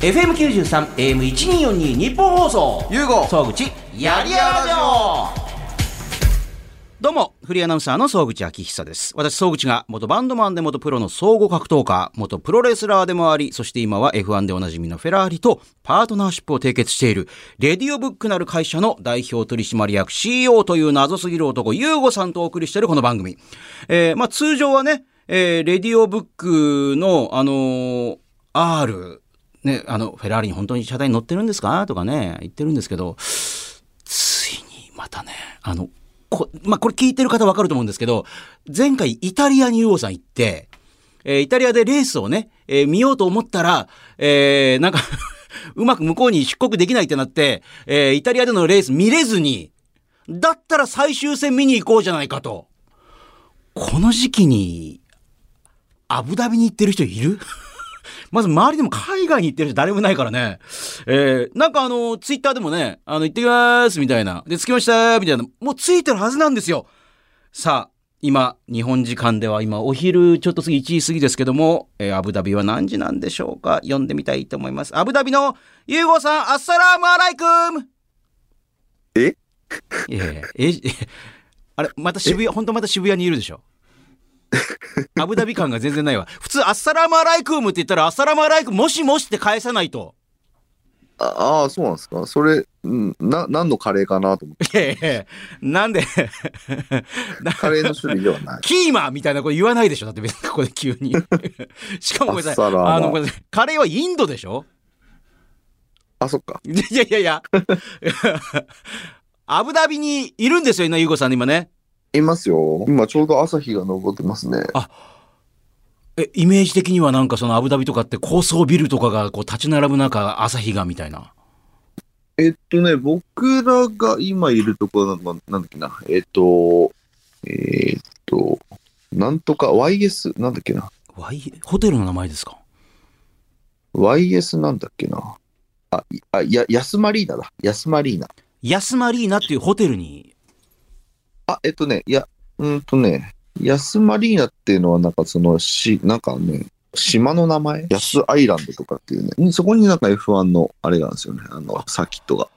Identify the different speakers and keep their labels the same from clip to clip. Speaker 1: FM93、AM1242 日本放送。
Speaker 2: ゆうご
Speaker 1: 総口、やりやらじょどうも、フリーアナウンサーの総口昭久です。私、総口が元バンドマンで元プロの総合格闘家、元プロレスラーでもあり、そして今は F1 でおなじみのフェラーリとパートナーシップを締結している、レディオブックなる会社の代表取締役 CEO という謎すぎる男、ユーゴさんとお送りしているこの番組。えーまあ通常はね、えーレディオブックの、あのー R、ね、あの、フェラーリに本当に車体に乗ってるんですかとかね、言ってるんですけど、ついにまたね、あの、こ、まあ、これ聞いてる方わかると思うんですけど、前回イタリアにユーゴさん行って、えーイタリアでレースをね、えー見ようと思ったら、えーなんか、 うまく向こうに出国できないってなって、えーイタリアでのレース見れずに、だったら最終戦見に行こうじゃないかと。この時期に、アブダビに行ってる人いるまず周りでも海外に行ってる人誰もいないからね。えー、なんかあの、ツイッターでもね、あの、行ってきますみたいな。で、着きましたみたいな。もうついてるはずなんですよ。さあ、今、日本時間では今、お昼ちょっと過ぎ、1時過ぎですけども、えーアブダビは何時なんでしょうか読んでみたいと思います。アブダビの、ユーゴさん、アッサラームアライクム
Speaker 2: え
Speaker 1: いやいや、え、 えあれ、また渋谷、本当また渋谷にいるでしょ。アブダビ感が全然ないわ。 普通、アッサラームアライクムって言ったら、アッサラームアライクム、もしもしって返さないと。
Speaker 2: ああー、そうなんですかそれ、んな、何のカレーかなと 思って。
Speaker 1: いやいやいやなんで、 な。
Speaker 2: カレーの種類ではない
Speaker 1: キーマみたいなこと言わないでしょだって別にここで急に。 しかもごめんなさ
Speaker 2: ア
Speaker 1: い
Speaker 2: ッサ。ラーマ
Speaker 1: あの、ごめんなさい。カレーはインドでしょ
Speaker 2: あ、そっか。
Speaker 1: いやいやい や。アブダビにいるんですよ、今、ゆうこさん今ね。
Speaker 2: いますよ。今ちょうど朝日が昇ってますね。
Speaker 1: え、イメージ的にはなんかそのアブダビとかって高層ビルとかがこう立ち並ぶ中、朝日がみたいな。
Speaker 2: えっとね、僕らが今いるところの、なんだっけな、えっと、えっと、なんとか YS、なんだっけな、
Speaker 1: Y、ホテルの名前ですか
Speaker 2: YS なんだっけな。あ、いあや、ヤスマリーナだ。ヤスマリーナ。
Speaker 1: ヤスマリーナっていうホテルに。
Speaker 2: あ、えっとね、いや、うーんとね、ヤスマリーナっていうのはなんかその、し、なんかね、島の名前ヤスアイランドとかっていうね。うんそこになんか F1 のあれがあるんですよね。あの、サーキットが。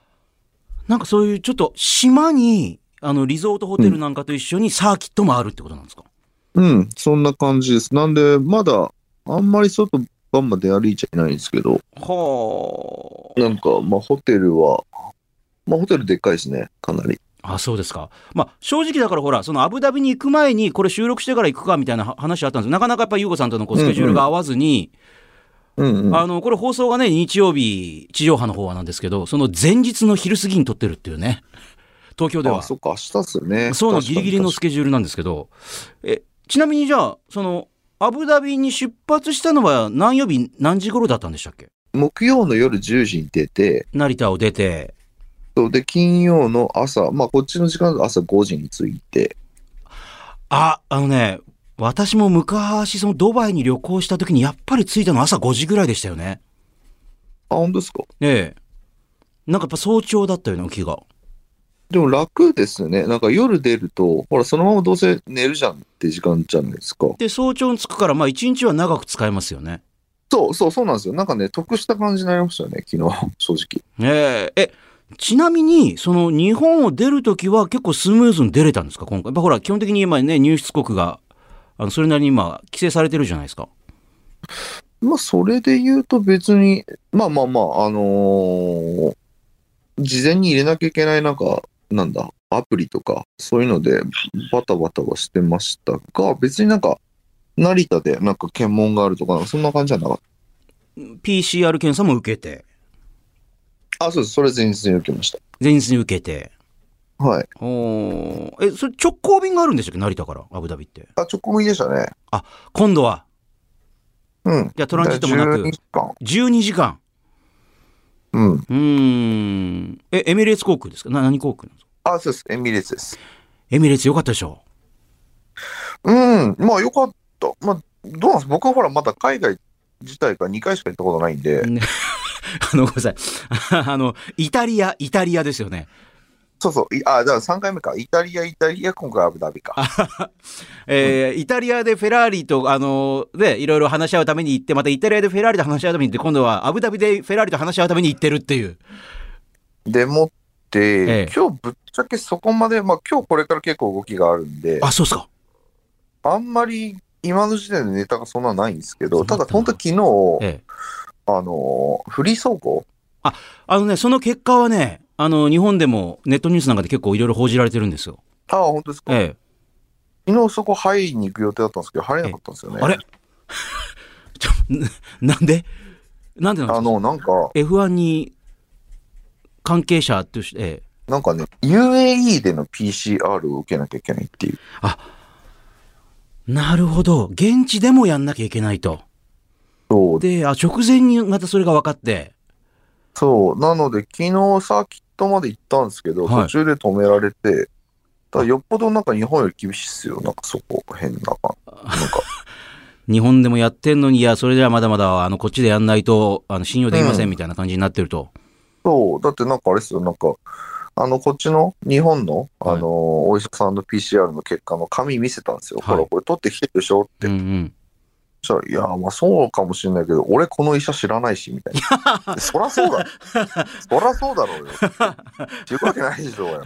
Speaker 1: なんかそういうちょっと島に、あの、リゾートホテルなんかと一緒にサーキットもあるってことなんですか、
Speaker 2: うん、そんな感じです。なんで、まだ、あんまり外バンバン出歩いちゃいないんですけど、
Speaker 1: ほー
Speaker 2: なんか、まあ、ホテルは、まあ、ホテルでっかいですね、かなり。
Speaker 1: あ、そうですか。まあ、正直だからほら、そのアブダビに行く前に、これ収録してから行くかみたいなは話あったんですよなかなかやっぱり優子さんとのこう
Speaker 2: うん
Speaker 1: ス
Speaker 2: うん
Speaker 1: ケジュールが合わずに、
Speaker 2: うん、うん。
Speaker 1: あの、これ放送がね、日曜日、地上波の方はなんですけど、その前日の昼過ぎに撮ってるっていうね、東京では。
Speaker 2: あそっか、明日っすよね。
Speaker 1: そうなの
Speaker 2: 確
Speaker 1: ギ
Speaker 2: か
Speaker 1: リ
Speaker 2: に
Speaker 1: ギリのスケジュールなんですけど、え、ちなみにじゃあ、その、アブダビに出発したのは何曜日、何時頃だったんでしたっけ
Speaker 2: 木曜の夜10時に出て、
Speaker 1: 成田を出て、
Speaker 2: そうで、金曜の朝、まあ、こっちの時間だと朝5時に着いて、
Speaker 1: あ、あのね、私も昔、そのドバイに旅行した時に、やっぱり着いたの朝5時ぐらいでしたよね。
Speaker 2: あ、本当ですか。
Speaker 1: ええ。なんかやっぱ早朝だったよね、気が。
Speaker 2: でも楽ですね。なんか夜出ると、ほら、そのままどうせ寝るじゃんって時間じゃないですか。
Speaker 1: で、早朝に着くから、まあ一日は長く使えますよね。
Speaker 2: そうそう、そうなんですよ。なんかね、得した感じになりましたよね、昨日、 正直。
Speaker 1: ええ。え、ちなみに、その日本を出るときは結構スムーズに出れたんですか、今回。やっぱほら、基本的に今ね、入出国が、あのそれなりに今、規制されてるじゃないですか。
Speaker 2: まあ、それで言うと別に、まあまあまあ、あのー事前に入れなきゃいけない、なんか、なんだ、アプリとか、そういうので、バタバタはしてましたが、別になんか、成田でなんか検問があるとか、そんな感じじゃなかっ
Speaker 1: PCR 検査も受けて、
Speaker 2: た。あ、そうです。それ前日に受けまし
Speaker 1: 前日に受けて。
Speaker 2: た。はい。
Speaker 1: おーえ、それ直行便があるんでしたっけ成田から、アブダビって。
Speaker 2: あ、直行便でしたね。
Speaker 1: 今度は、
Speaker 2: うん。
Speaker 1: じゃあトランジットもな
Speaker 2: 12
Speaker 1: く、
Speaker 2: 時間。
Speaker 1: 12時間。
Speaker 2: うん。
Speaker 1: うーん。え、エミレーツ航空ですかな何航空なんですか
Speaker 2: あ、そうです。エミレーツです。
Speaker 1: エミレーツよかったでしょ
Speaker 2: うん、まあよかった。まあ、どうなんです僕はほら、まだ海外自体が2回しか行ったことないんで、
Speaker 1: ねあの、ごめんなさい。あの、イタリア、イタリアですよね。
Speaker 2: そうそう。いあ、じゃあ3回目か。イタリア、イタリア、今回アブダビか。
Speaker 1: えーイタリアでフェラーリと、あのーで、いろいろ話し合うために行って、またイタリアでフェラーリと話し合うために行って、今度はアブダビでフェラーリと話し合うために行ってるっていう。
Speaker 2: でもって、
Speaker 1: ええ
Speaker 2: 今日ぶっちゃけそこまで、まあ今日これから結構動きがあるんで、
Speaker 1: あ、そうっすか。
Speaker 2: あんまり今の時点でネタがそんなないんですけ
Speaker 1: そ
Speaker 2: ど、
Speaker 1: うだったたな
Speaker 2: だ本当昨日、
Speaker 1: ええ
Speaker 2: あのー、フリー走行
Speaker 1: あのね、その結果はね、あの、日本でもネットニュースなんかで結構いろいろ報じられてるんですよ。
Speaker 2: ああ、本当ですか、
Speaker 1: え
Speaker 2: 昨日そこ入りに行く予定だったんですけど、入れなかったんですよね。
Speaker 1: え。あれ ちょ、ななんでなんでなんです
Speaker 2: あ
Speaker 1: か
Speaker 2: の、なんか、
Speaker 1: F1 に関係者として、ええ
Speaker 2: なんかね、UAE での PCR を受けなきゃいけないっていう。
Speaker 1: なるほど。現地でもやんなきゃいけないと。
Speaker 2: そう、
Speaker 1: で、あ、直前にまたそれが分かって。
Speaker 2: そう。なので、昨日サーキットまで行ったんですけど、
Speaker 1: はい
Speaker 2: 途中で止められて、ただよっぽどなんか日本より厳しいっすよ。なんかそこ、変な感じ。なんか、
Speaker 1: 日本でもやってんのに、いや、それではまだまだ、あの、こっちでやんないと、あの、信用できませ
Speaker 2: うん
Speaker 1: んみたいな感じになってると。
Speaker 2: そう。だってなんかあれっすよ。なんか、あの、こっちの日本の、あ
Speaker 1: はい
Speaker 2: のーお医者さんの PCR の結果の紙見せたんですよ。
Speaker 1: はい
Speaker 2: ほら、これ取ってきてるでしょって。
Speaker 1: うんうん。
Speaker 2: そしたら、いや、まあそうかもしれないけど、俺この医者知らないし、みたい な。そらそうだろ。そらそうだろうよ。言うわけないでしょうよ。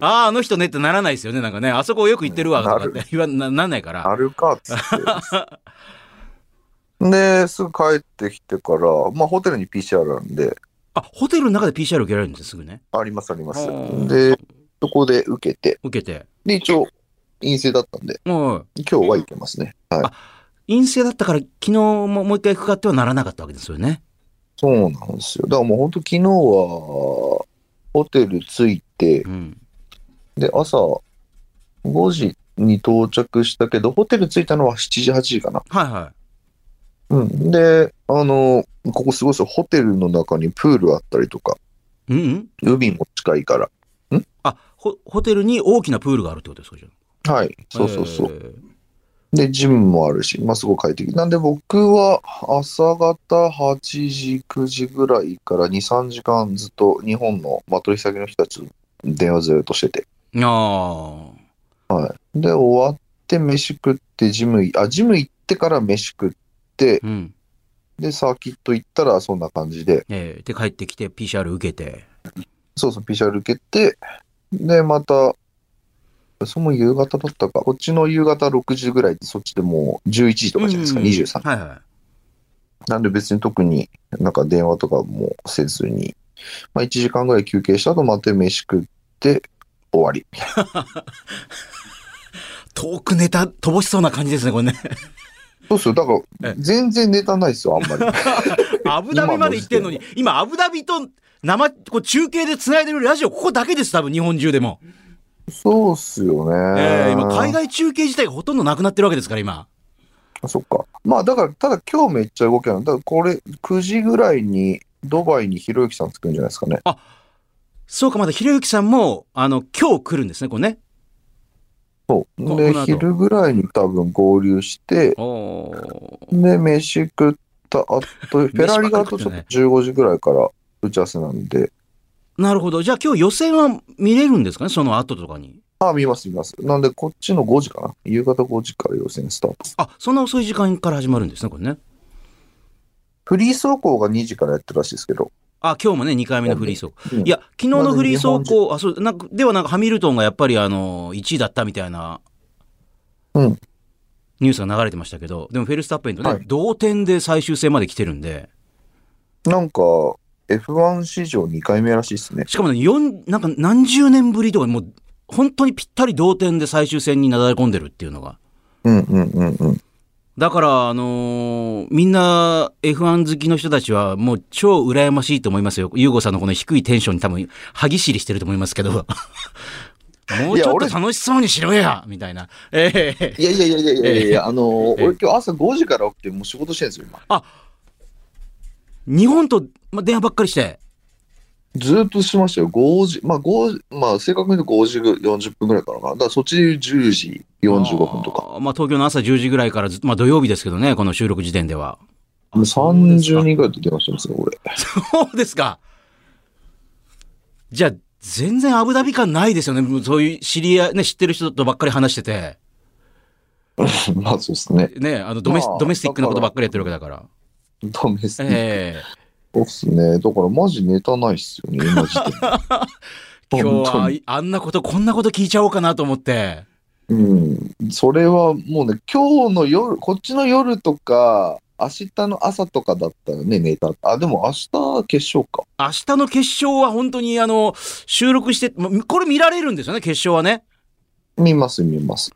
Speaker 1: ああ、あの人ねってならないですよね。なんかね、あそこよく行ってるわ、とかって言わななんないから。
Speaker 2: あるかっつって。で、すぐ帰ってきてから、まあホテルに PCR なんで、
Speaker 1: あ、ホテルの中で PCR 受けられるんですよ、すぐね。
Speaker 2: ありますあります
Speaker 1: うん。
Speaker 2: で、そこで受けて、
Speaker 1: 受けて。
Speaker 2: で、一応陰性だったんで、
Speaker 1: もう、
Speaker 2: 今日は行けますね。はい。
Speaker 1: 陰性だったから、昨日ももう一回行くかってはならなかったわけですよね。
Speaker 2: そうなんですよ。だからもう本当昨日は、ホテル着いて、
Speaker 1: うん。
Speaker 2: で、朝5時に到着したけど、ホテル着いたのは7時、8時かな。
Speaker 1: はいは
Speaker 2: うん。で、あの、ここすごいですよ。ホテルの中にプールあったりとか、
Speaker 1: い。うん、うん
Speaker 2: 海も近いから。
Speaker 1: あ、ホホテルに大きなプールがあるってことですか、じゃあ
Speaker 2: はい。そうそうそう。
Speaker 1: えー
Speaker 2: で、ジムもあるし、まあ、すごい快適。なんで僕は朝方8時、9時ぐらいから2、3時間ずっと日本の、まあ、取引先の人たちと電話ずっとしてて。
Speaker 1: ああ。
Speaker 2: で、終わって飯食って、ジムい、あ、ジム行ってから飯食って、
Speaker 1: うん。
Speaker 2: で、サーキット行ったらそんな感じで、
Speaker 1: えーで、帰ってきて PCR 受けて。
Speaker 2: そうそう、PCR 受けて、で、また、その夕方だったか、こっちの夕方6時ぐらいで、そっちでもう11時とかじゃないですか、
Speaker 1: うん
Speaker 2: 23
Speaker 1: はいはい。
Speaker 2: なんで別に特になんか電話とかもせずに、まあ1時間ぐらい休憩した後また飯食って終わり。
Speaker 1: 遠くネタ乏しそうな感じですね、これね。
Speaker 2: そうっすよ。だから
Speaker 1: え
Speaker 2: 全然ネタないっすよ、あん まり。
Speaker 1: アブダビまで行ってんのに、今、アブダビと生、こう中継で繋いでるラジオ、ここだけです、多分、日本中でも。
Speaker 2: そうっすよね。
Speaker 1: えー今、海外中継自体がほとんどなくなってるわけですから、今。
Speaker 2: そっか。まあだから、ただ今日めっちゃ動きある。だからこれ9時ぐらいにドバイにひろゆきさん着くんじゃないですかね。
Speaker 1: そうか、まだ、ひろゆきさんも、あの、今日来るんですね、これね。
Speaker 2: そう。
Speaker 1: こ
Speaker 2: で、
Speaker 1: の後
Speaker 2: 昼ぐらいに多分合流して、
Speaker 1: おー
Speaker 2: で、飯食った後、 フェラーリがあとちょっと15時ぐらいから打ち合わせなんで、
Speaker 1: なるほど。じゃあ、今日予選は見れるんですかね、その後とかに。
Speaker 2: あ、見ます、見ます。なんで、こっちの5時かな。夕方5時から予選スタート。
Speaker 1: あ、そんな遅い時間から始まるんですね、これね。
Speaker 2: フリー走行が2時からやってるらしいですけど。
Speaker 1: あ、今日もね、2回目のフリー走行。
Speaker 2: うん
Speaker 1: いや、昨日のフリー走行、あ、そう、なんか、ではなんかハミルトンがやっぱりあの、1位だったみたいな、
Speaker 2: うん
Speaker 1: ニュースが流れてましたけど、でもフェルスタッペンとね、
Speaker 2: はい
Speaker 1: 同点で最終戦まで来てるんで、
Speaker 2: なんか、F1 史上2回目らしいですね。
Speaker 1: しかもね、四なんか何十年ぶりとか、もう、本当にぴったり同点で最終戦になだれ込んでるっていうのが。
Speaker 2: うんうんうんうん。
Speaker 1: だから、あのーみんな F1 好きの人たちはもう超羨ましいと思いますよ。ユーゴさんのこの低いテンションに多分歯ぎしりしてると思いますけど。 もうちょっと楽しそうにしろやみたいな。ええ
Speaker 2: いやいやいやいやいやいや、あの
Speaker 1: え
Speaker 2: ー
Speaker 1: え
Speaker 2: 俺今日朝5時から起きて、もう仕事してるんですよ、今。
Speaker 1: 日本と、ま、電話ばっかりして。
Speaker 2: ずーっとしましたよ。5時、まあ5時、まあ正確に言うと5時ぐ40分ぐらいからかな。だからそっち10時45分とか。
Speaker 1: あー。まあ、東京の朝10時ぐらいからずっと、まあ、土曜日ですけどね、この収録時点では。
Speaker 2: もう30人ぐらいと電話してますよ、俺。
Speaker 1: そうですか。じゃあ、全然アブダビ感ないですよね。もうそういう知り合い、ね、知ってる人とばっかり話してて。
Speaker 2: まあそうですね。
Speaker 1: ね、あのドメス、
Speaker 2: まあ
Speaker 1: ドメスティックなこと
Speaker 2: だか
Speaker 1: ば
Speaker 2: ら
Speaker 1: っかりやってるわけだから。
Speaker 2: ダメですね。
Speaker 1: ええ
Speaker 2: そうっすね。だからマジネタないっすよね、今時点で
Speaker 1: 今
Speaker 2: 本
Speaker 1: 日
Speaker 2: 当
Speaker 1: は
Speaker 2: に。
Speaker 1: あんなこと、こんなこと聞いちゃおうかなと思って。
Speaker 2: うん。それはもうね、今日の夜、こっちの夜とか、明日の朝とかだったらね、ネタ。あ、でも明日決勝か。
Speaker 1: 明日の決勝は本当にあの、収録して、まこれ見られるんですよね、決勝はね。
Speaker 2: 見ます、見ます。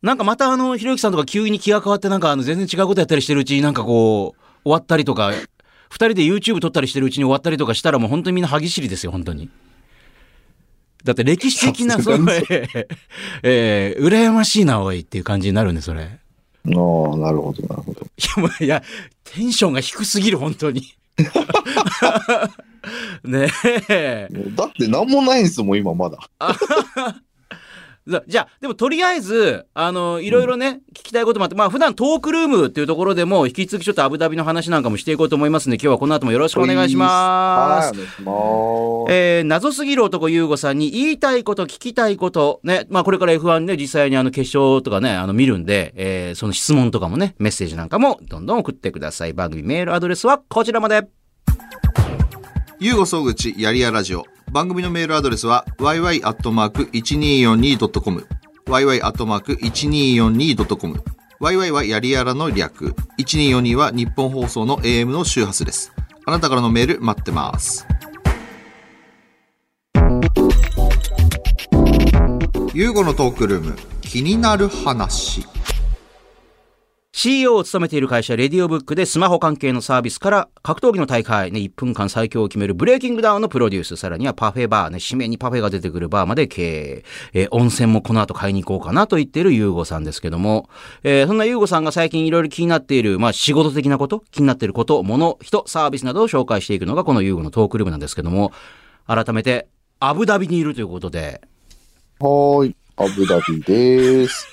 Speaker 1: なんかまたあの、ひろゆきさんとか急に気が変わってなんかあの、全然違うことやったりしてるうちになんかこう、終わったりとか、二人で YouTube 撮ったりしてるうちに終わったりとかしたらもう本当にみんな歯ぎしりですよ、本当に。だって歴史的な、
Speaker 2: さす
Speaker 1: そ
Speaker 2: がに
Speaker 1: の、えーえー、羨ましいな、おいっていう感じになるんで、それ。い
Speaker 2: ああ、なるほど、なるほど。
Speaker 1: や、もう いや、テンションが低すぎる、本当に。 ねえ。
Speaker 2: だって何もないんですもん、今まだ。
Speaker 1: じゃじゃあ、でもとりあえず、あの、いろいろね、聞きたいこともあって、まあ普段トークルームっていうところでも、引き続きちょっとアブダビの話なんかもしていこうと思いますんで、今日はこの後もよろしくお願いしま
Speaker 2: は
Speaker 1: す
Speaker 2: い、。お願いします。
Speaker 1: えー、謎すぎる男優吾さんに言いたいこと聞きたいこと、ね、まあこれから F1 ね、実際にあの決勝とかね、あの見るんで、えーその質問とかもね、メッセージなんかもどんどん送ってください。番組メールアドレスはこちらまで。
Speaker 3: ゆうごそうぐちやりやラジオ。番組のメールアドレスは yy.1242.com。yy.1242.com。yy はやりやらの略。1242は日本放送の AM の周波数です。あなたからのメール待ってます。ゆうごのトークルーム、気になる話。
Speaker 1: CEO を務めている会社、レディオブックでスマホ関係のサービスから格闘技の大会、ね、1分間最強を決めるブレイキングダウンのプロデュース、さらにはパフェバー、ね、締めにパフェが出てくるバーまで経営、えー温泉もこの後買いに行こうかなと言っているユーゴさんですけども、えーそんなユーゴさんが最近いろいろ気になっている、まあ仕事的なこと、気になっていること、物、人、サービスなどを紹介していくのがこのユーゴのトークルームなんですけども、改めて、アブダビにいるということで、
Speaker 2: はーい。アブダビです。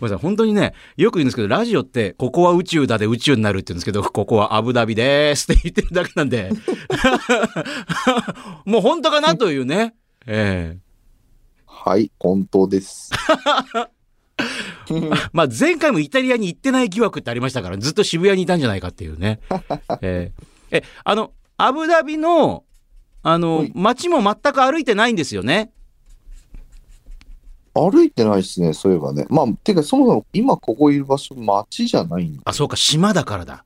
Speaker 1: ごめんなさい、本当にね、よく言うんですけど、ラジオって、ここは宇宙だで宇宙になるって言うんですけど、ここはアブダビですって言ってるだけなんで、 もう本当かなというね。え
Speaker 2: はい、本当です。
Speaker 1: えまあ前回もイタリアに行ってない疑惑ってありましたから、ずっと渋谷にいたんじゃないかっていうね。えええ、あの、アブダビの、あの、街も全く歩いてないんですよね。
Speaker 2: 歩いてないですね、そういえばね。まあ、てか、そもそも今ここいる場所、町じゃないんで、
Speaker 1: あ、そうか、島だからだ。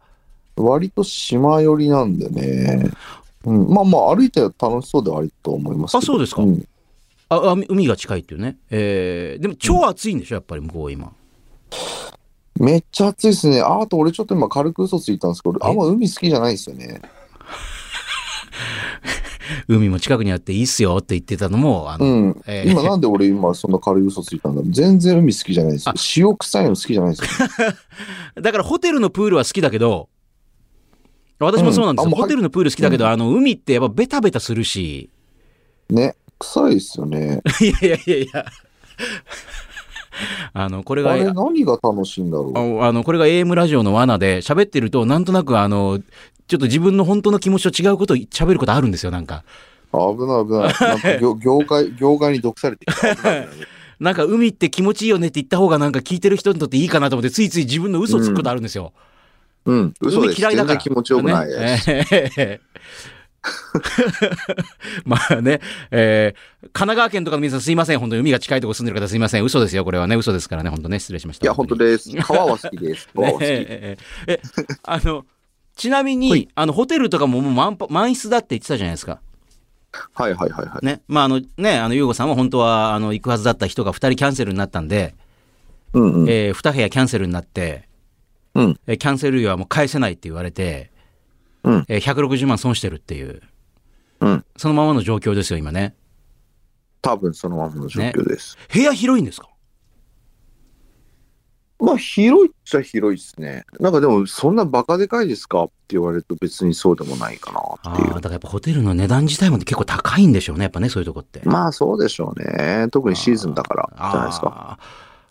Speaker 2: 割と島寄りなんでね。うん、まあまあ、歩いては楽しそうではありと思いますけど。
Speaker 1: あそうですか
Speaker 2: ん
Speaker 1: あ、あ海が近いっていうね。ええでも超暑いんでしょ、やっぱり向こう今。
Speaker 2: めっちゃ暑いですね。ああと、俺ちょっと今軽く嘘ついたんですけど、俺あんま海好きじゃないですよね。
Speaker 1: 海も近くにあっていいっすよって言ってたのも、あの、
Speaker 2: うん。
Speaker 1: えー
Speaker 2: 今なんで俺今そんな軽い嘘ついたんだろう。全然海好きじゃないですよ。塩臭いの好きじゃないで すよ。
Speaker 1: だからホテルのプールは好きだけど、私もそうなんですよ。
Speaker 2: うんあんま
Speaker 1: ホテルのプール好きだけど、あの、海ってやっぱベタベタするし、
Speaker 2: ね。臭いですよね。
Speaker 1: いやいやいやい や、あの、これが、
Speaker 2: あれ
Speaker 1: あ
Speaker 2: 何が楽しいんだろう。
Speaker 1: あの、これが AM ラジオの罠で喋ってると、なんとなくあの、ちょっと自分の本当の気持ちと違うことを喋ることあるんですよ、なんか。
Speaker 2: 危ない危 ない。なんか業業界、業界に毒されてきた。危ない危ない
Speaker 1: なんか海って気持ちいいよねって言った方がなんか聞いてる人にとっていいかなと思って、ついつい自分の嘘をつくことあるんですよ。
Speaker 2: うん、嘘です。
Speaker 1: 海嫌いだから。
Speaker 2: 全然気持ちよくないです。
Speaker 1: ねええ まあね、えー神奈川県とかの皆さんすいません。本当に海が近いところ住んでる方すいません。嘘ですよ。これはね、嘘ですからね。本当ね、失礼しました。
Speaker 2: いや、本当
Speaker 1: に
Speaker 2: です。川は好きです。川は好き。
Speaker 1: ねええええあの、ちなみに、
Speaker 2: はい
Speaker 1: あの、ホテルとかももう満杯満室だって言ってたじゃないですか。
Speaker 2: はいはいはいはい。
Speaker 1: ね。まあ、あの、ね、あの、ゆうごさんは本当は、あの、行くはずだった人が2人キャンセルになったんで、
Speaker 2: うんうん。
Speaker 1: え2部屋キャンセルになって、
Speaker 2: うん
Speaker 1: えーキャンセル料はもう返せないって言われて、
Speaker 2: うん
Speaker 1: えー160万損してるっていう、
Speaker 2: うん
Speaker 1: そのままの状況ですよ、今ね。
Speaker 2: 多分そのままの状況です。
Speaker 1: 部屋広いんですか
Speaker 2: まあ、広いっちゃ広いですね。なんかでも、そんなバカでかいですかって言われると別にそうでもないかな
Speaker 1: あ
Speaker 2: っ
Speaker 1: あ
Speaker 2: てい
Speaker 1: ー、だ
Speaker 2: う。
Speaker 1: からやっぱホテルの値段自体も結構高いんでしょうね、やっぱね、そういうとこって。
Speaker 2: まあ、そうでしょうね。特にシーズンだから、じゃないですか。
Speaker 1: あ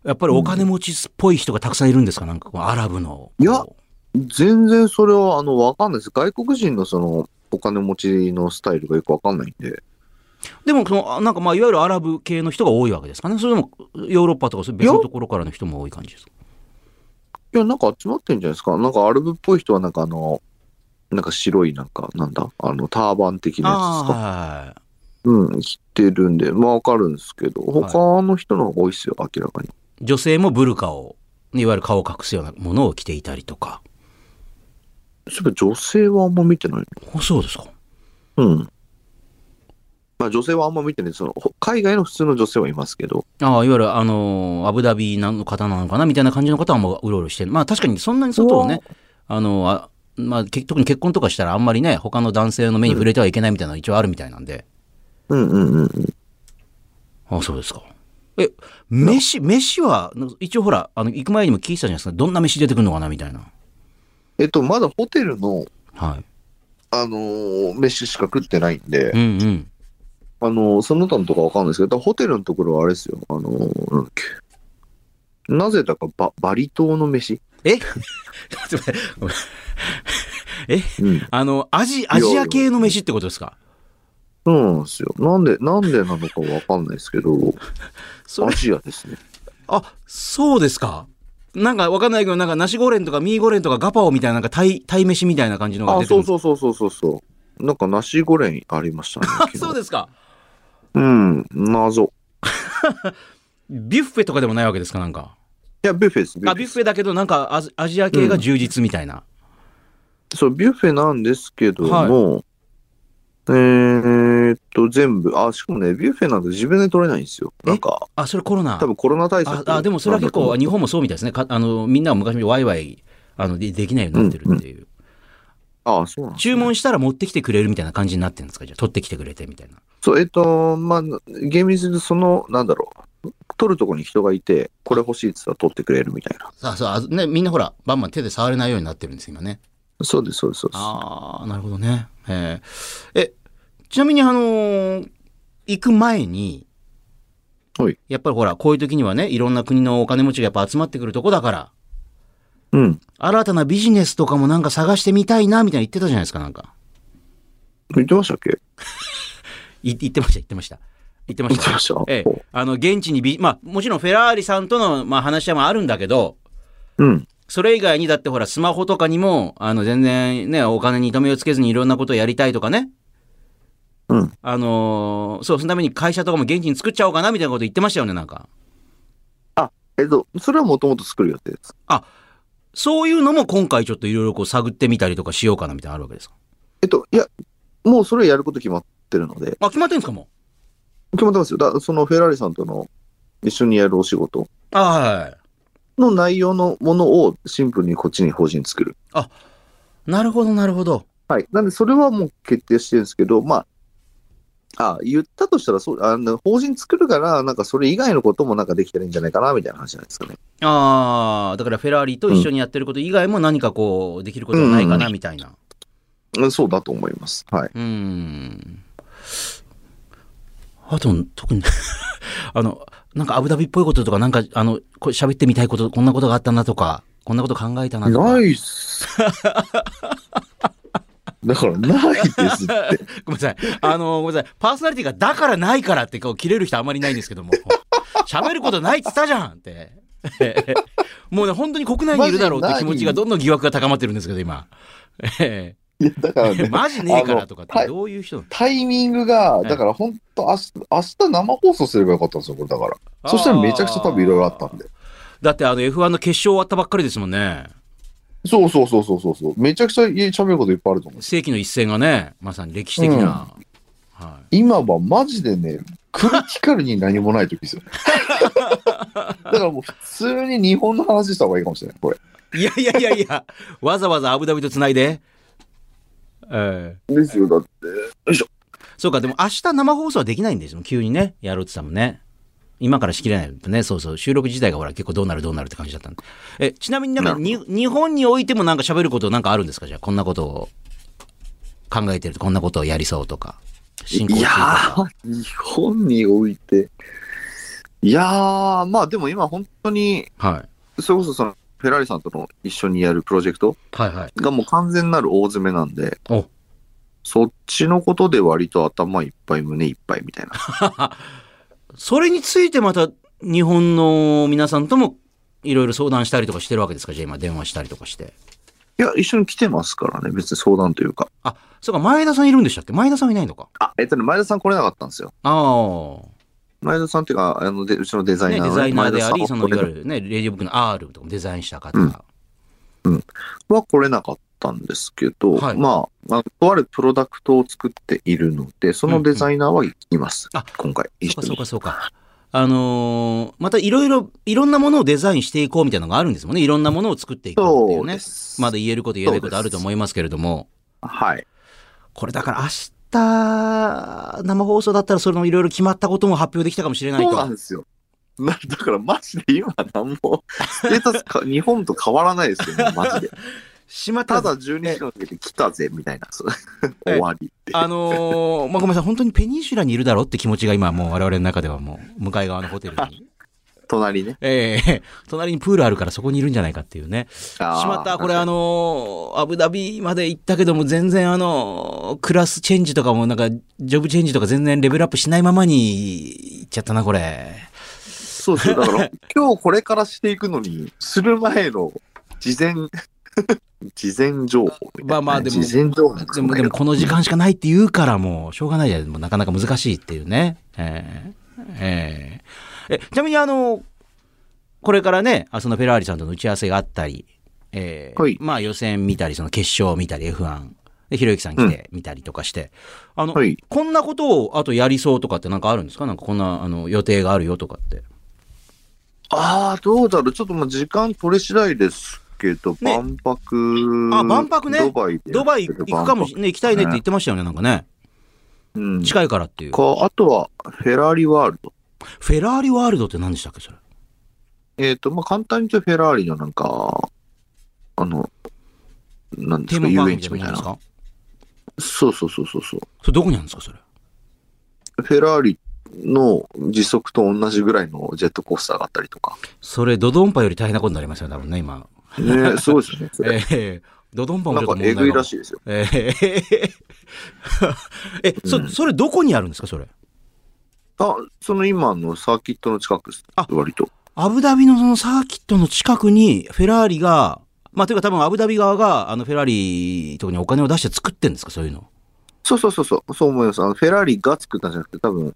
Speaker 1: ーやっぱりお金持ちっぽい人がたくさんいるんですか、なんかこうアラブの。
Speaker 2: いや
Speaker 1: こ
Speaker 2: 全然それは、あの、わかんないです。外国人のその、お金持ちのスタイルがよくわかんないんで。
Speaker 1: でも、その、あなんかまあ、いわゆるアラブ系の人が多いわけですかね。それでも、ヨーロッパとかそういう別のところからの人も多い感じですか。
Speaker 2: いや、なんか集まってんじゃないですか。なんかアルブっぽい人は、なんかあの、なんか白い、なんか、なんだ、あの、ターバン的なやつですか。
Speaker 1: ああ、
Speaker 2: うん、着てるんで、まあわかるんですけど、
Speaker 1: はい
Speaker 2: 他の人の方が多いですよ、明らかに。
Speaker 1: 女性もブルカを、いわゆる顔を隠すようなものを着ていたりとか。
Speaker 2: そういえば女性はあんま見てない。
Speaker 1: あそうですか。
Speaker 2: うん。まあ女性はあんま見てない。その、ほ海外の普通の女性はいますけど。
Speaker 1: ああ、いわゆる、あのーアブダビなの方なのかなみたいな感じの方はもううろうろしてる。まあ確かにそんなに外をね、あのーあまあ、け特に結婚とかしたらあんまりね、他の男性の目に触れてはいけないみたいなの一応あるみたいなんで。
Speaker 2: うんうんうんうん。
Speaker 1: ああ、そうですか。え、飯、飯は、なんか一応ほら、あの、行く前にも聞いてたじゃないですか。どんな飯出てくるのかなみたいな。
Speaker 2: えっと、まだホテルの、
Speaker 1: はい。
Speaker 2: あのー飯しか食ってないんで、
Speaker 1: うんうん。
Speaker 2: あのーその他のとかわかんないですけど、ホテルのところはあれですよ、あのーなんだっけ。なぜだかババリ島の飯。
Speaker 1: え ちょっと待ってごめんえ
Speaker 2: うん。
Speaker 1: あの、アジ、アジア系の飯ってことですか
Speaker 2: そうなんですよ。なんで、なんでなのかわかんないですけど、
Speaker 1: そ
Speaker 2: ア
Speaker 1: れ、
Speaker 2: ジアですね。
Speaker 1: あ、そうですか。なんかわかんないけど、なんかナシゴレンとかミーゴレンとかガパオみたいな、なんかタイ、タイ飯みたいな感じのが
Speaker 2: あ、
Speaker 1: 出てく
Speaker 2: そ
Speaker 1: る
Speaker 2: うそうそうそうそうそう。なんか、ナシゴレンありました ね。
Speaker 1: あそう
Speaker 2: で
Speaker 1: ですか。
Speaker 2: うん、謎。
Speaker 1: ビュッフェとかでもないわけですか、なんか。
Speaker 2: いや、ビュッフェです。ビュ
Speaker 1: あ、
Speaker 2: ッフ
Speaker 1: ビュッフェだけど、なんかアジアジア系が充実みたいな。
Speaker 2: ェそう、ビュッフェなんですけども、
Speaker 1: は
Speaker 2: えーっと、全部、あ、しかもね、ビュッフェなんて自分で取れないんですよ。なんか、
Speaker 1: あ、それコロナ。
Speaker 2: 多分コロナ対
Speaker 1: あ
Speaker 2: 策
Speaker 1: あでもそれは結構
Speaker 2: なんだ
Speaker 1: 日本もそうみたいですねかあのみんなは昔ワイワイあのでできないようになってるっていう、
Speaker 2: と思うあ、そうなんです
Speaker 1: 注文したら持ってきてくれるみたいな感じになってるんですかじゃあ取ってきてくれてみたいな
Speaker 2: そう、えっと、まあ、厳密にその、なんだろう、取るとこに人がいて、これ欲しいって言ったら取ってくれるみたいな。
Speaker 1: さあさあずねみんなほらバンバン手で触れないようになってるんです今ね
Speaker 2: そうです、そうです、そうです。
Speaker 1: ああなるほどねえーえちなみにあのー行く前に
Speaker 2: はい
Speaker 1: やっぱりほらこういう時にはねいろんな国のお金持ちがやっぱ集まってくるとこだから
Speaker 2: うん。
Speaker 1: 新たなビジネスとかもなんか探してみたいなみたいな言ってたじゃないですかなんか
Speaker 2: 言ってましたっけ
Speaker 1: い言ってました言ってました言ってま
Speaker 2: 言
Speaker 1: し
Speaker 2: って
Speaker 1: た
Speaker 2: ました。
Speaker 1: ええ、あの現地にビ、まあ、もちろんフェラーリさんとの、まあ、話し合いもあるんだけど、
Speaker 2: うん。
Speaker 1: それ以外にだってほら、スマホとかにも、あの、全然ね、お金に痛みをつけずにいろんなことをやりたいとかね。
Speaker 2: うん。
Speaker 1: あのーそう、そのために会社とかも現地に作っちゃおうかなみたいなこと言ってましたよね、なんか。
Speaker 2: えっと、それはもともと作る予定です。
Speaker 1: そういうのも今回ちょっといろいろこう探ってみたりとかしようかなみたいなのあるわけですか。
Speaker 2: えっと、いや、もうそれやること決まってるので、
Speaker 1: あ、決まってんですか、も
Speaker 2: 決まってますよ。だそのフェラーリさんとの一緒にやるお仕事
Speaker 1: う。あはいはいはい。
Speaker 2: の内容のものをシンプルにこっちに法人作る。
Speaker 1: なるほど、なるほど。
Speaker 2: はい。なんで、それはもう決定してるんですけど、まあ、あ言ったとしたらそう、あの法人作るから、なんかそれ以外のこともなんかできたらいいんじゃないかな、みたいな話じゃないですかね。
Speaker 1: ああ、だからフェラーリと一緒にやってること以外も何かこう、できることはないかなみたいな。
Speaker 2: うんそうだと思います。はい。
Speaker 1: うーん。あと、特に、 あの、なんかアブダビっぽいこととか、なんか、あの、こう喋ってみたいこと、こんなことがあったなとか、こんなこと考えたなとか。
Speaker 2: いっす。 だから、ないですって。
Speaker 1: ごめんなさい。あの、ごめんなさい。パーソナリティが、だからないからって、こう、切れる人あまりいないんですけども。喋ることないって言ったじゃんって。 もうね、本当に国内にいるだろうって気持ちが、どんどん疑惑が高まってるんですけど、 今。え
Speaker 2: いや、だから
Speaker 1: え
Speaker 2: ね、
Speaker 1: マジねえからとかっ
Speaker 2: あのは
Speaker 1: て、
Speaker 2: い
Speaker 1: どういう人なの
Speaker 2: タイミングが、
Speaker 1: い
Speaker 2: だから本当明日、明日生放送すればよかったんですよ、これだから。そしたらめちゃくちゃ多分いろいろあったんで。
Speaker 1: だってあの F1 の決勝終わったばっかりですもんね。
Speaker 2: そうそうそうそうそうそう。めちゃくちゃ喋ることいっぱいあると思う。
Speaker 1: 世紀の一戦がね、まさに歴史的な。は
Speaker 2: 今はマジでね、クリティカルに何もない時 ですよ。だからもう普通に日本の話した方がいいかもしれない、これ。
Speaker 1: い、いやいやいやいや、わざわざアブダビとつないで。ええ
Speaker 2: ですよ、だって。
Speaker 1: そうか、でも明日生放送はできないんですよ。急にね、やろうって言ってたもんね。今からしきれないとね、そうそう、収録自体がほら結構どうなるどうなるって感じだったんで。え、ちなみになんかに日本においてもなんか喋ることなんかあるんですかじゃあ、こんなことを考えてると、こんなことをやりそうとか。進行
Speaker 2: い
Speaker 1: 中と
Speaker 2: や
Speaker 1: か。
Speaker 2: ー、日本において。いやー、まあでも今本当に、
Speaker 1: はい。
Speaker 2: それこそその、フェラーリさんとの一緒にやるプロジェクト
Speaker 1: はいはい。
Speaker 2: がもう完全なる大詰めなんで、
Speaker 1: お
Speaker 2: そっちのことで割と頭いっぱい、胸いっぱいみたいな。
Speaker 1: それについてまた日本の皆さんともいろいろ相談したりとかしてるわけですかじゃあ今電話したりとかして。
Speaker 2: いや、一緒に来てますからね、別に相談というか。
Speaker 1: あ、そうか、前田さんいるんでしたっけ前田さんいないのか。
Speaker 2: あ、えっとね、前田さん来れなかったんですよ。
Speaker 1: あ
Speaker 2: 前田さんっていうか、あのでうちのデ
Speaker 1: あ。
Speaker 2: ザイ
Speaker 1: ね、
Speaker 2: ナ
Speaker 1: デ
Speaker 2: ーの、
Speaker 1: ザイナー
Speaker 2: 前
Speaker 1: で
Speaker 2: 田
Speaker 1: あ
Speaker 2: さん
Speaker 1: り、
Speaker 2: は
Speaker 1: その、
Speaker 2: 来
Speaker 1: いわ
Speaker 2: れ
Speaker 1: ゆるね、レディオブックの R とかもデザインした方。
Speaker 2: うんは来れなかったんですけど、
Speaker 1: はい
Speaker 2: まああの、とあるプロダクトを作っているので、そのデザイナーはいます。
Speaker 1: うんうんあ
Speaker 2: 今回、一緒
Speaker 1: そう
Speaker 2: に。
Speaker 1: か、そうか、そうか。あのーまたいろいろ、いろんなものをデザインしていこうみたいなのがあるんですもんね。いろんなものを作っていこうってい
Speaker 2: そうう
Speaker 1: ね
Speaker 2: で。す。
Speaker 1: まだ言えること言えないことあると思いますけれども。
Speaker 2: はい。
Speaker 1: これだから明日、生放送だったらそれのいろいろ決まったことも発表できたかもしれない
Speaker 2: そ
Speaker 1: と。
Speaker 2: うなんですよ。なだから、マジで今、なんも、ステータスか、日本と変わらないですよ、ね、マジで。
Speaker 1: しまった
Speaker 2: ただ、12時間かけて来たぜ、みたいな、そう
Speaker 1: え
Speaker 2: 終わりって。
Speaker 1: あのーまあ、ごめんなさい、本当にペニンシュラにいるだろうって気持ちが今、もう我々の中ではもう、向かい側のホテルに。
Speaker 2: 隣ね。
Speaker 1: ええ隣にプールあるからそこにいるんじゃないかっていうね。し
Speaker 2: し
Speaker 1: まった、これあのーアブダビまで行ったけども、全然あのークラスチェンジとかも、なんか、ジョブチェンジとか全然レベルアップしないままに行っちゃったな、これ。
Speaker 2: そうそう、だから、今日これからしていくのに、する前の事前、 事前情報みたいなね、
Speaker 1: まあまあでも
Speaker 2: 事前情報なんです
Speaker 1: で
Speaker 2: よね
Speaker 1: も、でもこの時間しかないって言うからもう、しょうがないじゃん。もうなかなか難しいっていうね。えーえーえ、ちなみにあの、これからね、あそのフェラーリさんとの打ち合わせがあったり、えー
Speaker 2: はい
Speaker 1: まあ予選見たり、その決勝見たり、F1。で、ひろゆきさん来て見たりとかして、あの、
Speaker 2: はい
Speaker 1: こんなことをあとやりそうとかってなんかあるんですかなんかこんなあの予定があるよとかって。
Speaker 2: ああ、どうだろう。ちょっとまあ時間取れ次第ですけど、
Speaker 1: ね
Speaker 2: 万博。
Speaker 1: あ万博ね
Speaker 2: ドバイでや
Speaker 1: ド
Speaker 2: って
Speaker 1: バイ
Speaker 2: る
Speaker 1: 行くかもしね、行きたいねって言ってましたよね、なんかね。
Speaker 2: うん。
Speaker 1: 近いからっていう。
Speaker 2: か、あとは、フェラーリワールド。
Speaker 1: フェラーリワールドって何でしたっけ、それ。
Speaker 2: えっ、と、まあ、簡単に言うとフェラーリのなんか、あの、なんで
Speaker 1: テ
Speaker 2: す
Speaker 1: ー
Speaker 2: か、
Speaker 1: マ
Speaker 2: 遊
Speaker 1: パーク
Speaker 2: 園
Speaker 1: みた
Speaker 2: 地
Speaker 1: いな
Speaker 2: み
Speaker 1: も
Speaker 2: た
Speaker 1: ん
Speaker 2: い
Speaker 1: です
Speaker 2: な。
Speaker 1: か
Speaker 2: そうそうそうそうそう。
Speaker 1: それどこにあるんですか、それ。
Speaker 2: フェラーリの時速と同じぐらいのジェットコースターがあったりとか。
Speaker 1: それ、ドドンパより大変なことになりますよ、多分ね、今。
Speaker 2: ね、すごいですね。それ
Speaker 1: ええドドンパもち
Speaker 2: なん
Speaker 1: ょっ
Speaker 2: か
Speaker 1: と問題
Speaker 2: え
Speaker 1: が
Speaker 2: ぐいらしいですよ。
Speaker 1: えええ、そ、それどこにあるんですか、それ。
Speaker 2: あ、その今のサーキットの近くです。
Speaker 1: あ
Speaker 2: 割と。
Speaker 1: アブダビのそのサーキットの近くに、フェラーリが、まあ、というか多分アブダビ側が、あの、フェラーリとかにお金を出して作ってんですか、そういうの。
Speaker 2: そうそうそうそう、そう思います。あのフェラーリが作ったんじゃなくて、多分、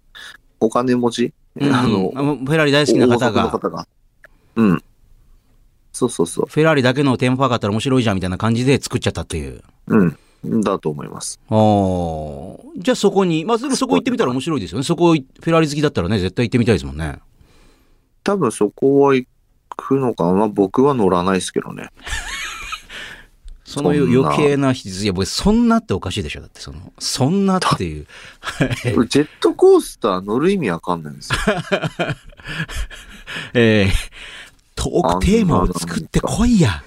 Speaker 2: お金持ち、あの
Speaker 1: うん、あのフェラーリ大好きな
Speaker 2: 大
Speaker 1: 方
Speaker 2: 阪の
Speaker 1: が、
Speaker 2: 方が。うん。そうそうそ
Speaker 1: フェラーリだけのテーマパークあったら面白いじゃん、みたいな感じで作っちゃったっていう。
Speaker 2: う。うん。だと思います。
Speaker 1: おーじゃあそこに、まあ、でもそこ行ってみたら面白いですよね。そこ、フェラーリ好きだったらね、絶対行ってみたいですもんね。
Speaker 2: 多分そこは行くのかな。僕は乗らないですけどね。
Speaker 1: その
Speaker 2: そんな
Speaker 1: 余計な必要、いや、僕、そんなっておかしいでしょ、だって、その、そんなっていう。
Speaker 2: ジェットコースター乗る意味わかんないんですよ。
Speaker 1: えー、トークテーマを作ってこいや。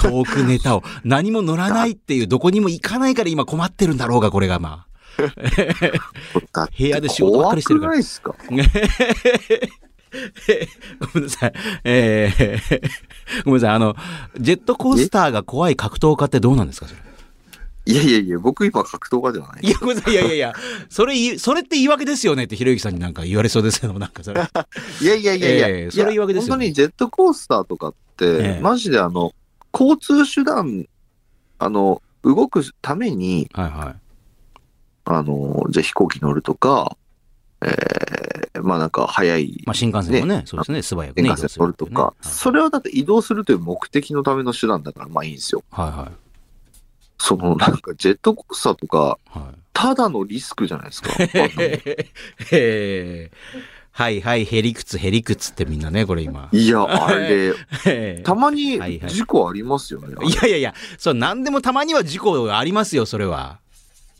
Speaker 1: トークネタを。何も乗らないっていう、どこにも行かないから今困ってるんだろうが、これがまあ。
Speaker 2: だって
Speaker 1: 部屋で仕事ばっかりしてるから
Speaker 2: 怖くないですか
Speaker 1: ごめんなさい。えー、ごめんなさい。あの、ジェットコースターが怖い格闘家ってどうなんですか、それ。
Speaker 2: いやいやいや、僕今格闘家じゃない。
Speaker 1: いや、ごめんなさい。いやいやいや、それ言い、それって言い訳ですよねって、ひろゆきさんになんか言われそうですけども、なんか それ。
Speaker 2: いやいやいやいや、
Speaker 1: ええそれ言い訳ですよね
Speaker 2: 本当にジェットコースターとかって、
Speaker 1: ええ
Speaker 2: マジであの、交通手段、あの、動くために、
Speaker 1: はいはい。
Speaker 2: あの、じゃあ飛行機乗るとか、ええまあなんか早い
Speaker 1: まあ、新幹線もね、そうですね、素早く
Speaker 2: 電
Speaker 1: ね。
Speaker 2: 化線乗ると
Speaker 1: 移動
Speaker 2: か、
Speaker 1: す
Speaker 2: それはだって移動するという目的のための手段だから、まあいいんですよ。
Speaker 1: はいはい
Speaker 2: そのなんかジェットコースターとか、
Speaker 1: はいはい。
Speaker 2: ただのリスクじゃないですか。
Speaker 1: へーはいはい、へりくつ、へりくつってみんなね、これ今。
Speaker 2: いや、あれ、
Speaker 1: へ
Speaker 2: た
Speaker 1: ー
Speaker 2: まに
Speaker 1: はいはい
Speaker 2: 事故ありますよね。
Speaker 1: いやいやいや、そう、なんでもたまには事故ありますよ、それは。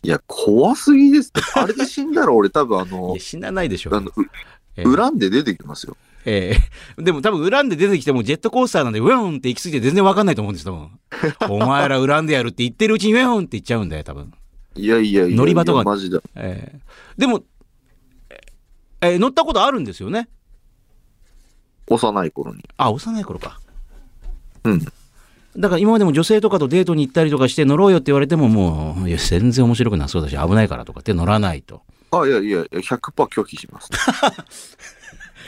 Speaker 2: いや、怖すぎですって。あれで死んだら俺多分あ
Speaker 1: い
Speaker 2: の
Speaker 1: や、死なないでしょ。
Speaker 2: あの、
Speaker 1: えー
Speaker 2: 恨んで出てきますよ。
Speaker 1: えーでも多分恨んで出てきてもジェットコースターなんでウェーンって行き過ぎて全然わかんないと思うんですよ、 多分。お前ら恨んでやるって言ってるうちにウェーンって言っちゃうんだよ、多分。
Speaker 2: いやいやいや、
Speaker 1: 乗り場とか
Speaker 2: いやマジで。
Speaker 1: えーでも、えー乗ったことあるんですよね。
Speaker 2: 幼い頃に。
Speaker 1: あ、幼い頃か。
Speaker 2: うん。
Speaker 1: だから今までも女性とかとデートに行ったりとかして乗ろうよって言われてももう、いや、全然面白くなそうだし、危ないからとかって乗らないと。
Speaker 2: あ、いやいや、100%拒否し ます。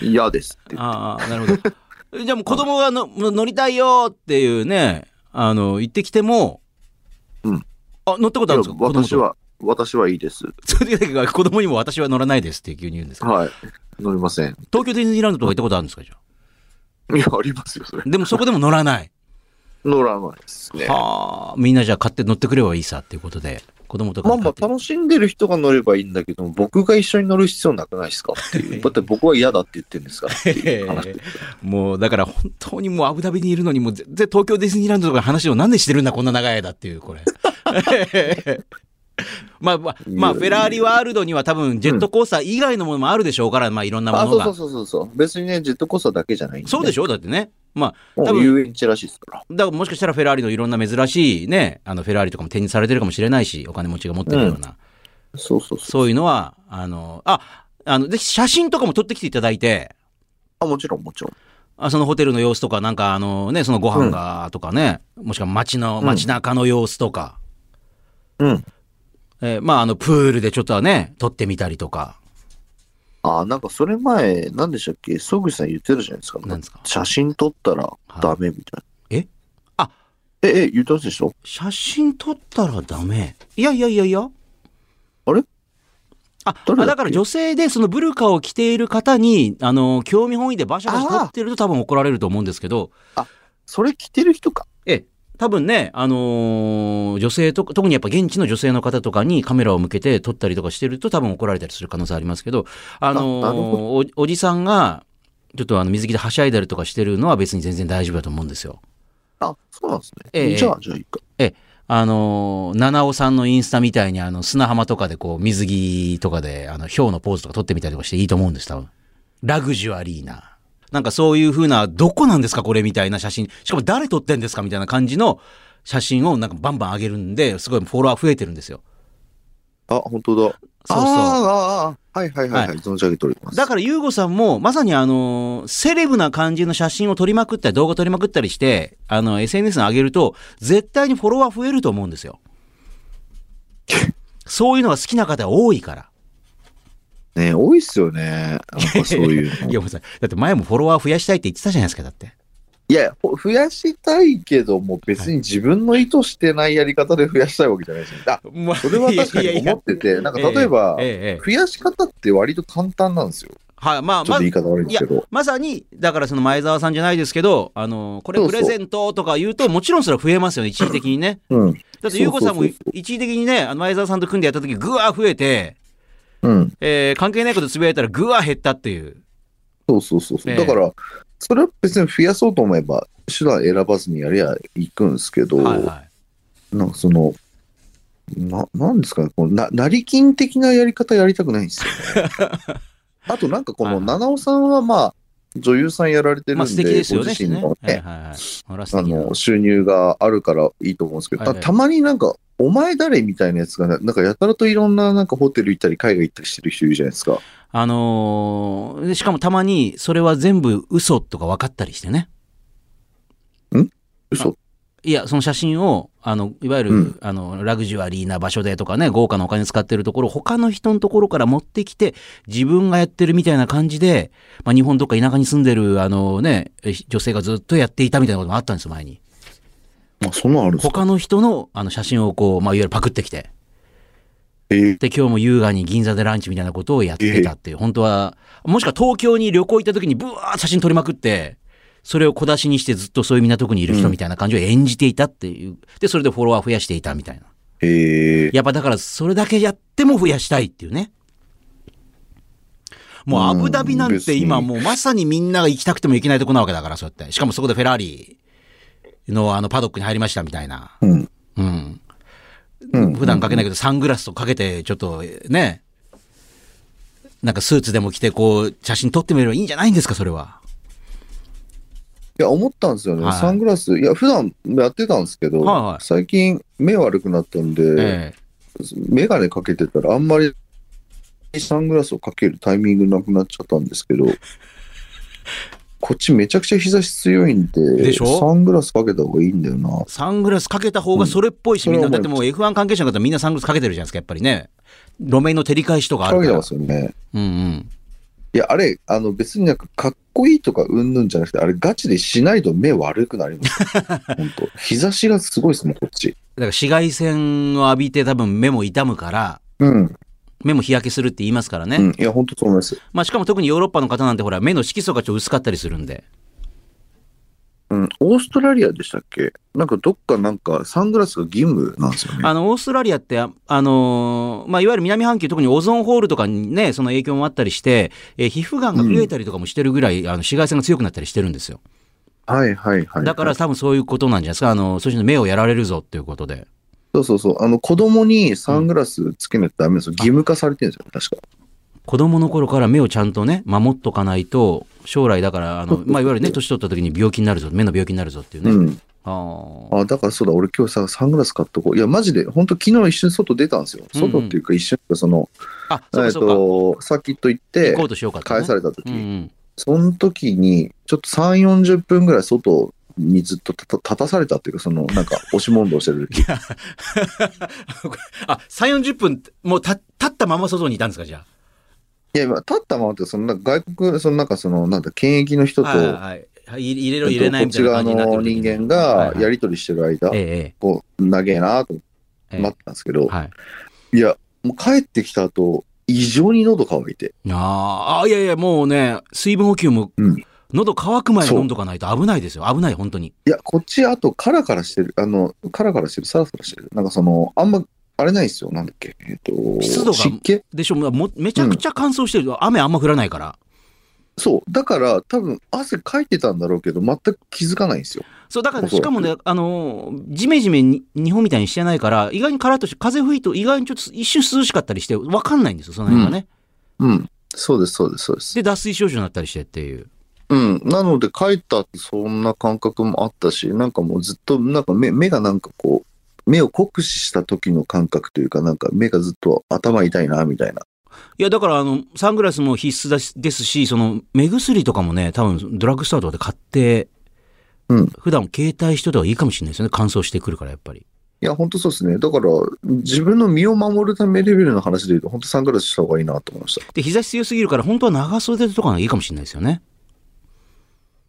Speaker 2: 嫌ですって。
Speaker 1: ああ、なるほ ど。じゃあもう子供がの乗りたいよっていうね、あの、言ってきても、
Speaker 2: うん。
Speaker 1: あ、乗ったことあるんですか
Speaker 2: いや私。は、私はいいです。
Speaker 1: 子供と それだけ子供にも私は乗らないですって急に言うんですか
Speaker 2: はい。乗りません。
Speaker 1: 東京ディズニーランドとか行ったことあるんですかじゃあ
Speaker 2: いや、ありますよ、それ。
Speaker 1: でもそこでも乗らない。
Speaker 2: 乗らないですね。
Speaker 1: はあ、みんなじゃあ買って乗ってくればいいさっていうことで、子供とか
Speaker 2: まあ
Speaker 1: に買
Speaker 2: ま
Speaker 1: って
Speaker 2: あ、楽しんでる人が乗ればいいんだけども、僕が一緒に乗る必要なくないです かっていう。だって僕は嫌だって言ってるんですからっていう話です。
Speaker 1: もうだから本当にもうアブダビにいるのにもう全然東京ディズニーランドとかの話をなんでしてるんだこんな長い間っていうこれ。 まあまあ、まあ、フェラーリワールドには多分ジェットコースター以外のものもあるでしょうから、まあいろん なも
Speaker 2: あ、
Speaker 1: の
Speaker 2: そうそ
Speaker 1: が
Speaker 2: う。そうそうそう。別にね、ジェットコースターだけじゃないんで、
Speaker 1: そうでし
Speaker 2: ょ
Speaker 1: ょだってね。まあ多
Speaker 2: 多
Speaker 1: 分
Speaker 2: 分遊園地らしいですから。
Speaker 1: だからもしかしたらフェラーリのいろんな珍しいね、あのフェラーリとかも展示されてるかもしれないし、お金持ちが持ってるような、
Speaker 2: そうそうそう。
Speaker 1: そういうのは、あの、あ、あの、ぜひ写真とかも撮ってきていただいて、
Speaker 2: あ、もちろんもちろん。
Speaker 1: あそのホテルの様子とか、なんかあのね、そのご飯がとかね、もしくは街の、
Speaker 2: うん
Speaker 1: 街中の様子とか、
Speaker 2: うん。
Speaker 1: えーまああの、プールでちょっとはね、撮ってみたりとか、
Speaker 2: あ、なんかそれ前、なんでしたっけ、曽口さん言ってたじゃないですか。
Speaker 1: なんですか
Speaker 2: 写真撮ったらダメみたいな。
Speaker 1: えあ
Speaker 2: え、え、言ってませんでしょ
Speaker 1: 写真撮ったらダメ。いやいやいやいや。
Speaker 2: あれ
Speaker 1: あ、
Speaker 2: 誰だっけ
Speaker 1: あだから女性でそのブルカを着ている方に、あの、興味本位でバシャバシャ撮ってると多分怒られると思うんですけど、
Speaker 2: それ着てる人か。
Speaker 1: ええ、多分ね、あのー女性とか、特にやっぱ現地の女性の方とかにカメラを向けて撮ったりとかしてると多分怒られたりする可能性ありますけど、あのー
Speaker 2: あなるほ
Speaker 1: おおじさんが、ちょっとあの水着ではしゃいだりとかしてるのは別に全然大丈夫だと思うんですよ。
Speaker 2: あ、そうなんですね。
Speaker 1: ええ
Speaker 2: じゃあ、じゃあいいか。
Speaker 1: あのー、七尾さんのインスタみたいにあの砂浜とかでこう水着とかであの氷のポーズとか撮ってみたりとかしていいと思うんです多分ラグジュアリーななんかそういう風などこなんですかこれみたいな写真しかも誰撮ってんですかみたいな感じの写真をなんかバンバン上げるんですごいフォロワー増えてるんですよ
Speaker 2: あ、本当だ。
Speaker 1: そう
Speaker 2: あ
Speaker 1: そう
Speaker 2: ーあー、あーはいはいはい、は
Speaker 1: はい
Speaker 2: い、存じ上げております。
Speaker 1: だからユーゴさんもまさにあのーセレブな感じの写真を撮りまくったり動画撮りまくったりしてあの SNS に上げると絶対にフォロワー増えると思うんですよ そういうのが好きな方多いから
Speaker 2: ね、多いっすよね。なんかそういうの。
Speaker 1: いや、
Speaker 2: いや
Speaker 1: もうさ、だって前もフォロワー増やしたいって言ってたじゃないですか、だって。
Speaker 2: いや、ほ増やしたいけども、別に自分の意図してないやり方で増やしたいわけじゃないですよね。あ、
Speaker 1: まあ、
Speaker 2: それは確かに思ってて、なんか例えば、
Speaker 1: ええええ
Speaker 2: 増やし方って割と簡単なんですよ。ち
Speaker 1: はい、まあ、
Speaker 2: ょっ
Speaker 1: ま
Speaker 2: と言い方悪いんですけど。
Speaker 1: まさに、だからその前澤さんじゃないですけど、あの、これ
Speaker 2: そう
Speaker 1: プ
Speaker 2: そ
Speaker 1: レ
Speaker 2: う
Speaker 1: ゼントとか言うと、もちろんそれは増えますよね、一時的にね。
Speaker 2: うん。
Speaker 1: だって、ゆうこさんも
Speaker 2: そうそうそ
Speaker 1: 一時的にね、あの前澤さんと組んでやった時、ぐわー増えて、
Speaker 2: うん。
Speaker 1: えー関係ないことつぶやいたら、ぐわー減ったっていう。
Speaker 2: そうそうそうそう。
Speaker 1: ええ
Speaker 2: だから、それは別に増やそうと思えば、手段選ばずにやりゃいくんですけど、
Speaker 1: はいはい。
Speaker 2: なんかその、な、なんですかね、このな、成金的なやり方やりたくないんですよね。 あとなんかこ
Speaker 1: はい
Speaker 2: の、
Speaker 1: はい
Speaker 2: 七尾さんはまあ、女優さんやられてるんで、
Speaker 1: まあ、素敵ですよ
Speaker 2: ご
Speaker 1: ね。
Speaker 2: 自身の
Speaker 1: はい
Speaker 2: ね、
Speaker 1: はいはい。ほら、素
Speaker 2: あ
Speaker 1: 敵な
Speaker 2: の、収入があるからいいと思うんですけど、
Speaker 1: はい
Speaker 2: た
Speaker 1: はい
Speaker 2: たまになんか、お前誰みたいなやつがね、なんかやたらといろんななんかホテル行ったり海外行ったりしてる人いるじゃないですか。
Speaker 1: あのーでしかもたまに、それは全部嘘とか分かったりしてね。
Speaker 2: 嘘
Speaker 1: いや、その写真を、あの、いわゆる、
Speaker 2: うん
Speaker 1: あの、ラグジュアリーな場所でとかね、豪華なお金使ってるところ、他の人のところから持ってきて、自分がやってるみたいな感じで、まあ、日本とか田舎に住んでる、あのね、え女性がずっとやっていたみたいなこともあったんですよ、前に。
Speaker 2: あ、そんなんあるんですか
Speaker 1: 他の人の、あの、写真をこう、まあ、いわゆるパクってきて。
Speaker 2: えー
Speaker 1: で、今日も優雅に銀座でランチみたいなことをやってたっていう、本当は、もしくは東京に旅行行った時にブワーッと写真撮りまくって、それを小出しにしてずっとそういう港区にいる人みたいな感じを演じていたっていう。で、それでフォロワー増やしていたみたいな。
Speaker 2: えー
Speaker 1: やっぱだからそれだけやっても増やしたいっていうね。もうアブダビなんて今
Speaker 2: うん別に
Speaker 1: もうまさにみんなが行きたくても行けないとこなわけだから、そうやって。しかもそこでフェラーリのあのパドックに入りましたみたいな。
Speaker 2: うん。
Speaker 1: うん。
Speaker 2: うん。
Speaker 1: 普段かけないけど、サングラスとかけて、ちょっとね、なんかスーツでも着て、こう、写真撮ってみればいいんじゃないんですか、それは。
Speaker 2: いや、思ったんですよね。
Speaker 1: はい
Speaker 2: サングラス。いや、普段やってたんですけど、
Speaker 1: はいはい
Speaker 2: 最近目悪くなったんで、
Speaker 1: え
Speaker 2: メガネかけてたらあんまり サングラスをかけるタイミングなくなっちゃったんですけど、こっちめちゃくちゃ日差し強いんで、
Speaker 1: でしょ
Speaker 2: サングラスかけた方がいいんだよな。
Speaker 1: サングラスかけた方がそれっぽいし、
Speaker 2: うん
Speaker 1: みんな、
Speaker 2: それ
Speaker 1: だ
Speaker 2: は
Speaker 1: っ
Speaker 2: 思
Speaker 1: て
Speaker 2: い
Speaker 1: もう F1 関係者の方みんなサングラスかけてるじゃないですか、やっぱりね。路面の照り返しとかあ
Speaker 2: か
Speaker 1: る
Speaker 2: け
Speaker 1: か
Speaker 2: て
Speaker 1: ら
Speaker 2: ま。すよね。
Speaker 1: うんうん。
Speaker 2: いや、あれ、あの別になんかかっこいいとかうんぬんじゃなくて、あれガチでしないと目悪くなります。 本当日差しがすごいですもん、こっち。
Speaker 1: だから紫外線を浴びて多分目も痛むから、
Speaker 2: うん。
Speaker 1: 目も日焼けするって言いますからね。
Speaker 2: うん。いや、本当そう思います。
Speaker 1: まあしかも特にヨーロッパの方なんてほら、目の色素がちょっと薄かったりするんで。
Speaker 2: うん。オーストラリアでしたっけなんかどっかなんかサングラスが義務なんですよね。
Speaker 1: あの、オーストラリアって、ああのーまあいわゆる南半球、特にオゾンホールとかにね、その影響もあったりして、えー皮膚がんが増えたりとかもしてるぐらい、あの紫外線が強くなったりしてるんですよ。
Speaker 2: はいはいはい。
Speaker 1: だから多分そういうことなんじゃないですか。あの、そういうの目をやられるぞっていうことで。
Speaker 2: そうそうそう。あの、子供にサングラスつけないとダメですよ。義務化されてるんですよ、確か。
Speaker 1: 子供の頃から目をちゃんとね、守っとかないと、将来だから、あの、まあ、いわゆるね、年取った時に病気になるぞ、目の病気になるぞっていうね。
Speaker 2: うん。
Speaker 1: ああ。
Speaker 2: あ、だからそうだ、俺今日さ、サングラス買っとこう。いや、マジで、本当昨日一瞬外出たんですよ。
Speaker 1: うんうん
Speaker 2: 外っていうか一瞬、その、
Speaker 1: あ、そうか
Speaker 2: えっ
Speaker 1: そうか。
Speaker 2: と、サーキット行っ
Speaker 1: 行
Speaker 2: て
Speaker 1: こ、うとしようかと、ね。
Speaker 2: 返された時、
Speaker 1: うんうん。
Speaker 2: その時に、ちょっと3、40分ぐらい外にずっと立た立たされたっていうか、その、なんか、押し問答してる 時。
Speaker 1: あ、3、40分、もうた立ったまま外にいたんですか、じゃ
Speaker 2: いや、今、立ったままって、その、なんか外国、その、なんか、その、なんだ、検疫の人
Speaker 1: あ。
Speaker 2: と、
Speaker 1: はいはいはい。入れろ入
Speaker 2: え
Speaker 1: れ
Speaker 2: っと
Speaker 1: ない
Speaker 2: こっ
Speaker 1: みた
Speaker 2: ち
Speaker 1: いな
Speaker 2: 側
Speaker 1: 感じになって
Speaker 2: の
Speaker 1: る時
Speaker 2: 人
Speaker 1: に
Speaker 2: 間
Speaker 1: はい
Speaker 2: が
Speaker 1: はい
Speaker 2: やり取りしてる間、
Speaker 1: えええ
Speaker 2: こう、長えなと
Speaker 1: ええ
Speaker 2: なっ
Speaker 1: え。
Speaker 2: たんですけど、
Speaker 1: はい。
Speaker 2: いや、もう帰ってきた後、異常に喉乾いて。
Speaker 1: あーあ、いやいや、もうね、水分補給も、
Speaker 2: うん
Speaker 1: 喉乾く前に飲んどかないと危ないですよ。危ない、本当に。
Speaker 2: いや、こっち、あと、カラカラしてる、あの、カラカラしてる、サラサラしてる。なんかその、あんま、あれないですよ、なんだっけ、えっと、
Speaker 1: 湿度が
Speaker 2: 湿気
Speaker 1: でしょ、もうめちゃくちゃ乾燥してる、雨あんま降らないから。
Speaker 2: そう。だから、多分、汗かいてたんだろうけど、全く気づかないんですよ。
Speaker 1: そう、だから、
Speaker 2: おそら
Speaker 1: し
Speaker 2: く
Speaker 1: かもね、あのー、じめじめに日本みたいにしてないから、意外にカラッとして、風吹いと意外にちょっと一瞬涼しかったりして、わかんないんですよ、その辺がね。
Speaker 2: うん。そうです、そうです、そうです。
Speaker 1: で、脱水症状になったりしてっていう。
Speaker 2: うん。なので、帰った後、そんな感覚もあったし、なんかもうずっと、なんか目、目がなんかこう、目を酷使した時の感覚というか、なんか目がずっと頭痛いな、みたいな。
Speaker 1: いや、だから、あの、サングラスも必須だしですし、その、目薬とかもね、多分、ドラッグストアとかで買って、
Speaker 2: うん
Speaker 1: 普段携帯しておいた方がいいかもしれないですよね。乾燥してくるから、やっぱり。
Speaker 2: いや、本当そうですね。だから、自分の身を守るためレベルの話で言うと、本当サングラスした方がいいなと思いました。
Speaker 1: で、日差し強すぎるから、本当は長袖とかの方がいいかもしれないですよね。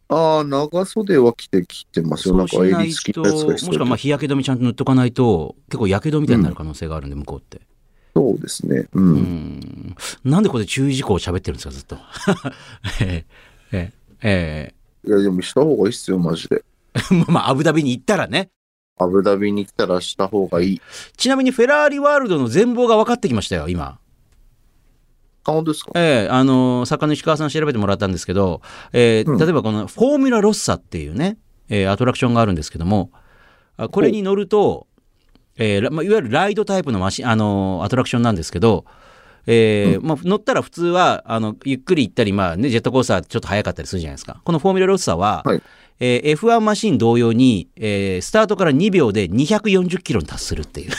Speaker 2: ああ、長袖は着てきてますよ。
Speaker 1: そ
Speaker 2: なん
Speaker 1: うし
Speaker 2: か
Speaker 1: な
Speaker 2: 襟
Speaker 1: い
Speaker 2: 付き
Speaker 1: と、
Speaker 2: のやつ
Speaker 1: もし
Speaker 2: が必要
Speaker 1: くは、まあ、日焼け止めちゃんと塗っとかないと、結構、やけどみたいになる可能性があるんで、向こうって。
Speaker 2: そうですね。
Speaker 1: う
Speaker 2: う。
Speaker 1: んんなんでここで注意事項を喋ってるんですか、ずっと。 えええええ
Speaker 2: いや、でもした方がいいっすよ、マジで。
Speaker 1: え まあまあ、アブダビに行ったらね。
Speaker 2: アブダビに来たらした方がいい。
Speaker 1: ちなみにフェラーリワールドの全貌が分かってきましたよ、今。
Speaker 2: あ、本当ですか
Speaker 1: ええあの、作家の石川さんに調べてもらったんですけど、ええ
Speaker 2: うん
Speaker 1: 例えばこのフォーミュラロッサっていうね、ええアトラクションがあるんですけども、あこれに乗ると、ええらまあ、いわゆるライドタイプのマシンあのアトラクションなんですけど、ええまあ、乗ったら普通はあのゆっくり行ったり、まあね、ジェットコースターちょっと速かったりするじゃないですか。このフォーミュラロッサは、
Speaker 2: はい
Speaker 1: ええ F1 マシン同様に、ええスタートから2秒で240キロに達するっていう。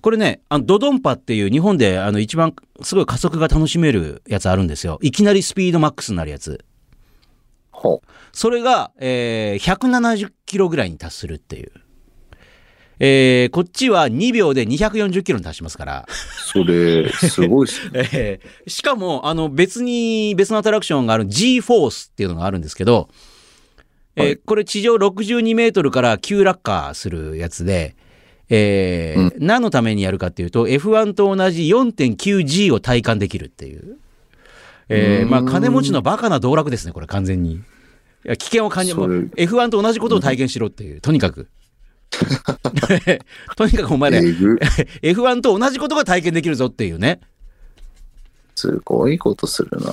Speaker 1: これね、あのドドンパっていう日本であの一番すごい加速が楽しめるやつあるんですよ。いきなりスピードマックスになるやつ。
Speaker 2: は
Speaker 1: それが、えー、170キロぐらいに達するっていう。えー、こっちは2秒で240キロに達しますから。
Speaker 2: あ、それ、すごいっす ね。
Speaker 1: えーしかも、あの、別に、別のアトラクションがある G-Force っていうのがあるんですけど、えー
Speaker 2: はい
Speaker 1: これ地上62メートルから急落下するやつで、えー何のためにやるかっていうと、F1 と同じ 4.9G を体感できるっていう。えー
Speaker 2: うーん
Speaker 1: まあ、金持ちのバカな道楽ですね、これ完全に。いや危険を感じる。
Speaker 2: それ
Speaker 1: もう F1 と同じことを体験しろっていう、とにか く。 とにかくお前ら、
Speaker 2: えぐ。
Speaker 1: F1 と同じことが体験できるぞっていうね。
Speaker 2: すごいことするな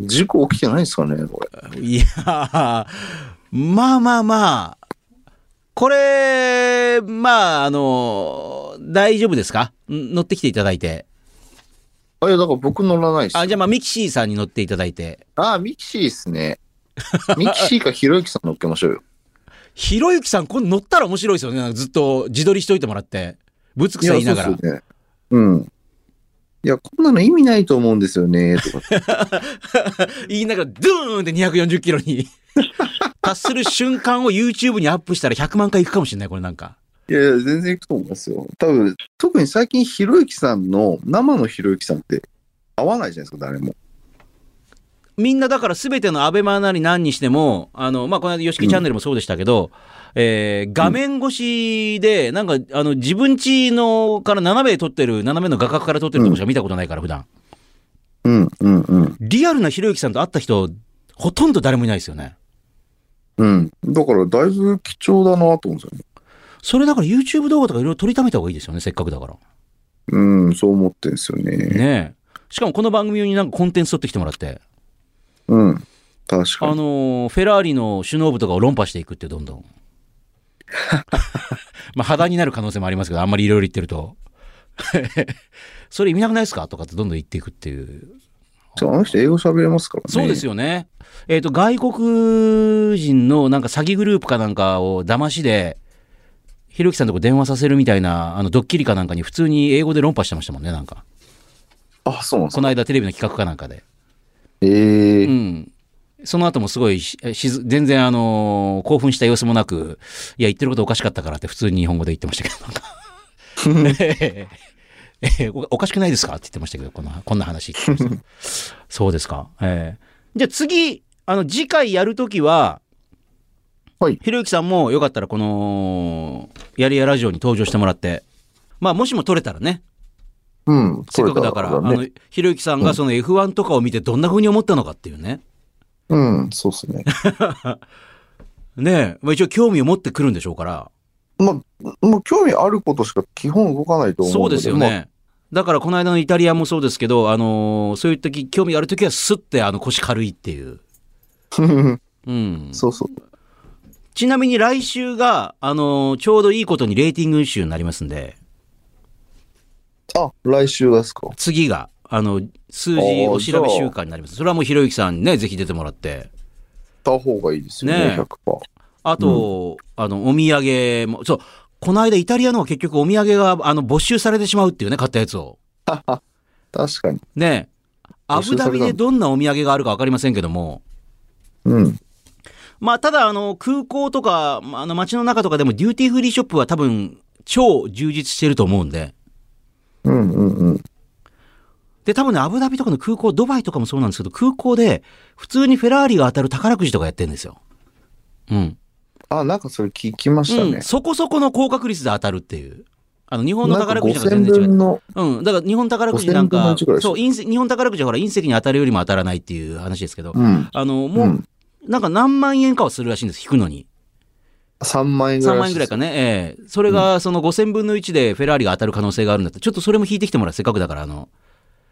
Speaker 2: 事故起きてないんですかね、これ。
Speaker 1: いやー、まあまあまあ、これ、まあ、あの、大丈夫ですかん乗ってきていただいて。
Speaker 2: あ、いや、だから僕乗らないっすよ。
Speaker 1: あ、じゃあまあ、ミキシーさんに乗っていただいて。
Speaker 2: あ、ミキシーっすね。ミキシーかひろゆきさん乗っけましょうよ。
Speaker 1: ひろゆきさん、これ乗ったら面白いですよね。なんかずっと自撮りしといてもらって。ぶつくさ言いながら。
Speaker 2: そうっすよね。うん。いや、こんなの意味ないと思うんです よね、とかって。
Speaker 1: 言いながら、ドゥーンって240キロ に達する瞬間を YouTube にアップしたら100万回いくかもしれない、これなんか。
Speaker 2: いやいや、全然いくと思いますよ。多分、特に最近、ひろゆきさんの、生のひろゆきさんって、合わないじゃないですか、誰も。
Speaker 1: みんなだから全てのアベマなり何にしても、あの、まあ、この間、ヨシキチャンネルもそうでしたけど、えー画面越しで、なんか、あの、自分ちの、から斜めで撮ってる、斜めの画角から撮ってるとこしか見たことないから、普段。
Speaker 2: うん、うん、うん。
Speaker 1: リアルなひろゆきさんと会った人、ほとんど誰もいないですよね。
Speaker 2: うん。だから、だいぶ貴重だなと思うんですよね。
Speaker 1: それだから YouTube 動画とかいろいろ撮りためた方がいいですよね、せっかくだから。
Speaker 2: うん、そう思ってんですよね。
Speaker 1: ねえ。しかもこの番組用になんかコンテンツ撮ってきてもらって、
Speaker 2: うん。確
Speaker 1: あ
Speaker 2: かに。
Speaker 1: のーフェラーリの首脳部とかを論破していくって、どん どん。まあ、肌になる可能性もありますけど、あんまりいろいろ言ってると。 それ意味なくないですかとかってどんどん言っていくっていう。
Speaker 2: そうあの人、英語喋れますからね。
Speaker 1: そうです
Speaker 2: よ。
Speaker 1: よね。えっ、と、外国人のなんか詐欺グループかなんかを騙しで、ひろゆきさんのとこ電話させるみたいな、あの、ドッキリかなんかに普通に英語で論破してましたもんね、なんか。
Speaker 2: あ、そうなんです
Speaker 1: こ
Speaker 2: か。
Speaker 1: の間テレビの企画かなんかで。
Speaker 2: ええ
Speaker 1: うん。その後もすごいし、しず全然あのー興奮した様子もなく、いや、言ってることおかしかったからって普通に日本語で言ってましたけど、なんか ええええおおかしくないですかって言ってましたけど、このこんな話聞きました。そうですか。ええじゃあ次、あの、次回やるときは、
Speaker 2: はい
Speaker 1: ひろゆきさんもよかったらこの、やりやラジオに登場してもらって、まあ、もしも撮れたらね、
Speaker 2: うん。
Speaker 1: せっかくだから、
Speaker 2: 取
Speaker 1: あ
Speaker 2: れた
Speaker 1: の、ひろゆきさんがその F1 とかを見てどんな風に思ったのかっていうね。
Speaker 2: うん、そうですね。
Speaker 1: ねえ、まあ、一応興味を持ってくるんでしょうから。
Speaker 2: まあ、もう興味あることしか基本動かないと思う
Speaker 1: そう
Speaker 2: ので。
Speaker 1: ですよね。だからこの間のイタリアもそうですけど、あのーそういう時、興味ある時はスッてあの腰軽いって いう。
Speaker 2: まあ。
Speaker 1: うん。
Speaker 2: そうそう。
Speaker 1: ちなみに来週が、あのーちょうどいいことにレーティング集になりますんで、
Speaker 2: あ、来週ですか。
Speaker 1: 次が、あの、数字お調べ週間になります。それはもうひろゆきさんにね、ぜひ出てもらって。
Speaker 2: 行った方がいいですよね、
Speaker 1: ねえ
Speaker 2: 100%。
Speaker 1: あと、あの、お土産も、そう、この間イタリアのは結局お土産が、あの、没収されてしまうっていうね、買ったやつを。
Speaker 2: 確かに。
Speaker 1: ねえ、ア
Speaker 2: 募集
Speaker 1: ブ
Speaker 2: さ
Speaker 1: ダ
Speaker 2: れたの
Speaker 1: ビでどんなお土産があるか分かりませんけども、
Speaker 2: うん。
Speaker 1: まあ、ただあの空港とか、まああの街の中とかでもデューティーフリーショップは多分超充実してると思うんで、
Speaker 2: うんうんうん。
Speaker 1: で、多分ね、アブダビとかの空港、ドバイとかもそうなんですけど、空港で普通にフェラーリが当たる宝くじとかやってるんですよ。うん。
Speaker 2: あ、なんかそれ聞きました
Speaker 1: う
Speaker 2: ね
Speaker 1: ん。。そこそこの高確率で当たるっていう。あの、日本の
Speaker 2: なんか
Speaker 1: 宝くじなんか全
Speaker 2: 5000
Speaker 1: 然違う
Speaker 2: 分。の、
Speaker 1: うん。だから日本宝くじなん
Speaker 2: 5000分の
Speaker 1: か、
Speaker 2: 一ぐらいでし
Speaker 1: そ
Speaker 2: ょ
Speaker 1: う、隕石、日本宝くじはほら隕石に当たるよりも当たらないっていう話ですけど、
Speaker 2: うん。
Speaker 1: あの、もう、
Speaker 2: うん
Speaker 1: なんか何万円かはするらしいんです、引くのに。
Speaker 2: 3万円ぐら
Speaker 1: 3
Speaker 2: い。
Speaker 1: 万円ぐらいか。ね。ええそれが、その5000分の1でフェラーリが当たる可能性があるんだったら、ちょっとそれも引いてきてもらう。せっかくだから、あの、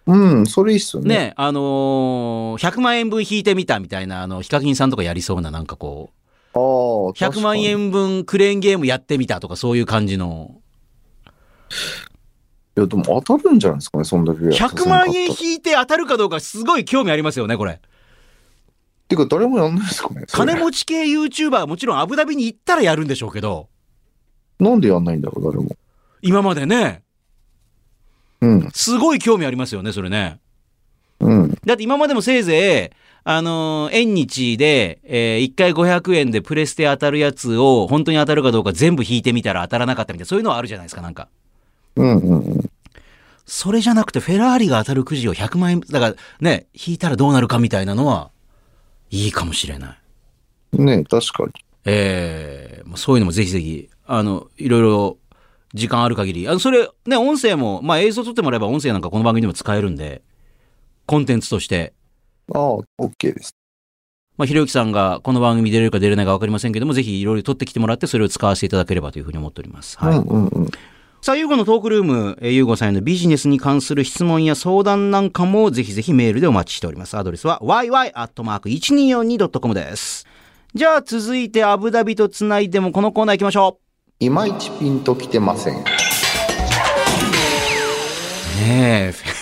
Speaker 2: うん、それいいっすよね。
Speaker 1: ね、あのー100万円分引いてみたみたいな、あの、ヒカキンさんとかやりそうな、なんかこう、
Speaker 2: ああ、
Speaker 1: 100万
Speaker 2: い
Speaker 1: 円分クレーンゲームやってみたとか、そういう感じの。
Speaker 2: や、でも当たるんじゃないですかね、そんだけやったら。
Speaker 1: 100万円
Speaker 2: っ
Speaker 1: 引いて当たるかどうか、すごい興味ありますよね、これ。
Speaker 2: てか、誰もやんないですかね。それ
Speaker 1: 金持ち系 YouTuber はもちろんアブダビに行ったらやるんでしょうけど、
Speaker 2: なんでやんないんだろう、誰も。
Speaker 1: 今までね、
Speaker 2: うん、
Speaker 1: すごい興味ありますよね、それね。
Speaker 2: うん、
Speaker 1: だって今までもせいぜい、あのー縁日で、えー、1回500円でプレステ当たるやつを、本当に当たるかどうか全部引いてみたら当たらなかったみたいな、そういうのはあるじゃないですか、なんか。
Speaker 2: うん、うんうん。
Speaker 1: それじゃなくて、フェラーリが当たるくじを100万円、だからね、引いたらどうなるかみたいなのは、いいかもしれない。
Speaker 2: ね確かに。
Speaker 1: えーまあそういうのもぜひぜひ、あの、いろいろ、時間ある限り、あの、それ、ね、音声も、まあ映像撮ってもらえば音声なんかこの番組でも使えるんで、コンテンツとして、
Speaker 2: ああ、OK です。
Speaker 1: まあ、ひろゆきさんがこの番組に出れるか出れないか分かりませんけども、ぜひいろいろ取ってきてもらって、それを使わせていただければというふうに思っております。はい。
Speaker 2: うん、うん、うん。
Speaker 1: さあ、ゆうごのトークルーム、えーゆうごさんへのビジネスに関する質問や相談なんかも、ぜひぜひメールでお待ちしております。アドレスは yy.1242.com です。じゃあ、続いてアブダビとつないでもこのコーナー行きましょ
Speaker 2: いまいちピンときてません。
Speaker 1: う。ねえ、フェ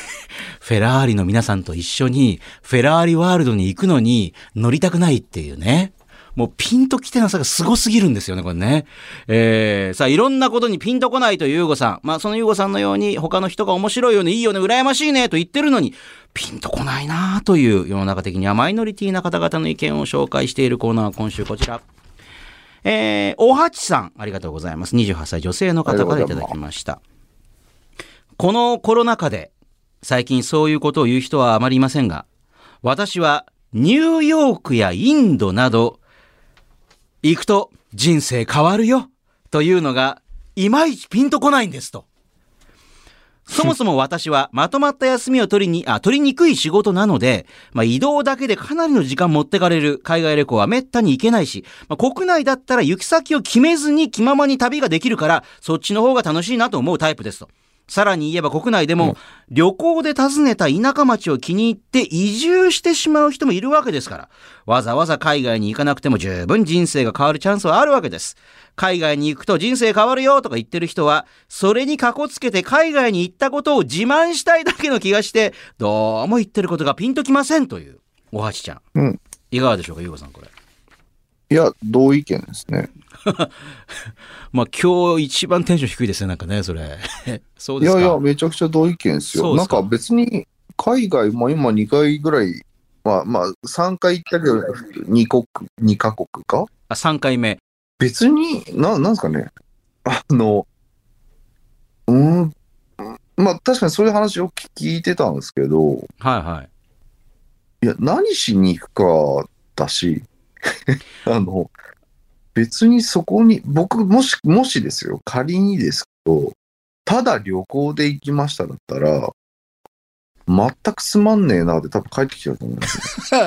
Speaker 1: フェラーリの皆さんと一緒に、フェラーリワールドに行くのに乗りたくないっていうね。もうピンときてなさがすごすぎるんですよね、これね。えー、さあ、いろんなことにピンとこないというゆうごさん。まあ、そのゆうごさんのように、他の人が面白いよね、いいよね、羨ましいね、と言ってるのに、ピンとこないなあという世の中的にはマイノリティな方々の意見を紹介しているコーナー、今週こちら。えー、おはちさん、ありがとうございます。28歳女性の方からいただきました。このコロナ禍で、最近そういうことを言う人はあまりいませんが、私はニューヨークやインドなど、行くと人生変わるよというのが、いまいちピンとこないんですと。そもそも私はまとまった休みを取りに、あ、取りにくい仕事なので、まあ、移動だけでかなりの時間持ってかれる海外旅行はめったに行けないし、まあ、国内だったら行き先を決めずに気ままに旅ができるから、そっちの方が楽しいなと思うタイプですと。さらに言えば国内でも、旅行で訪ねた田舎町を気に入って移住してしまう人もいるわけですから、わざわざ海外に行かなくても十分人生が変わるチャンスはあるわけです。海外に行くと人生変わるよとか言ってる人は、それにかこつけて海外に行ったことを自慢したいだけの気がして、どうも言ってることがピンときませんという、おはちちゃん。
Speaker 2: うん
Speaker 1: いかがでしょうか、ゆうこさん、これ。
Speaker 2: いや、同意見ですね。
Speaker 1: まあ、今日一番テンション低いですね、なんかね、それ。 そう
Speaker 2: い
Speaker 1: です
Speaker 2: や
Speaker 1: か。
Speaker 2: いや、めちゃくちゃ同意見です
Speaker 1: そ
Speaker 2: よ。
Speaker 1: うで
Speaker 2: なん
Speaker 1: すか
Speaker 2: か別に、海外も今2回ぐらい、まあまあ、3回行ったけど、2国、二カ国か
Speaker 1: あ、3回目。
Speaker 2: 別に、な、なんですかね。あの、うーん、まあ確かにそういう話を聞いてたんですけど、
Speaker 1: はいはい。
Speaker 2: いや、何しに行くかだし、 あの、別にそこに、僕、もし、もしですよ、仮にですけど、ただ旅行で行きましただったら、全くつまんねえなって多分帰ってきちゃうと思うんですよ。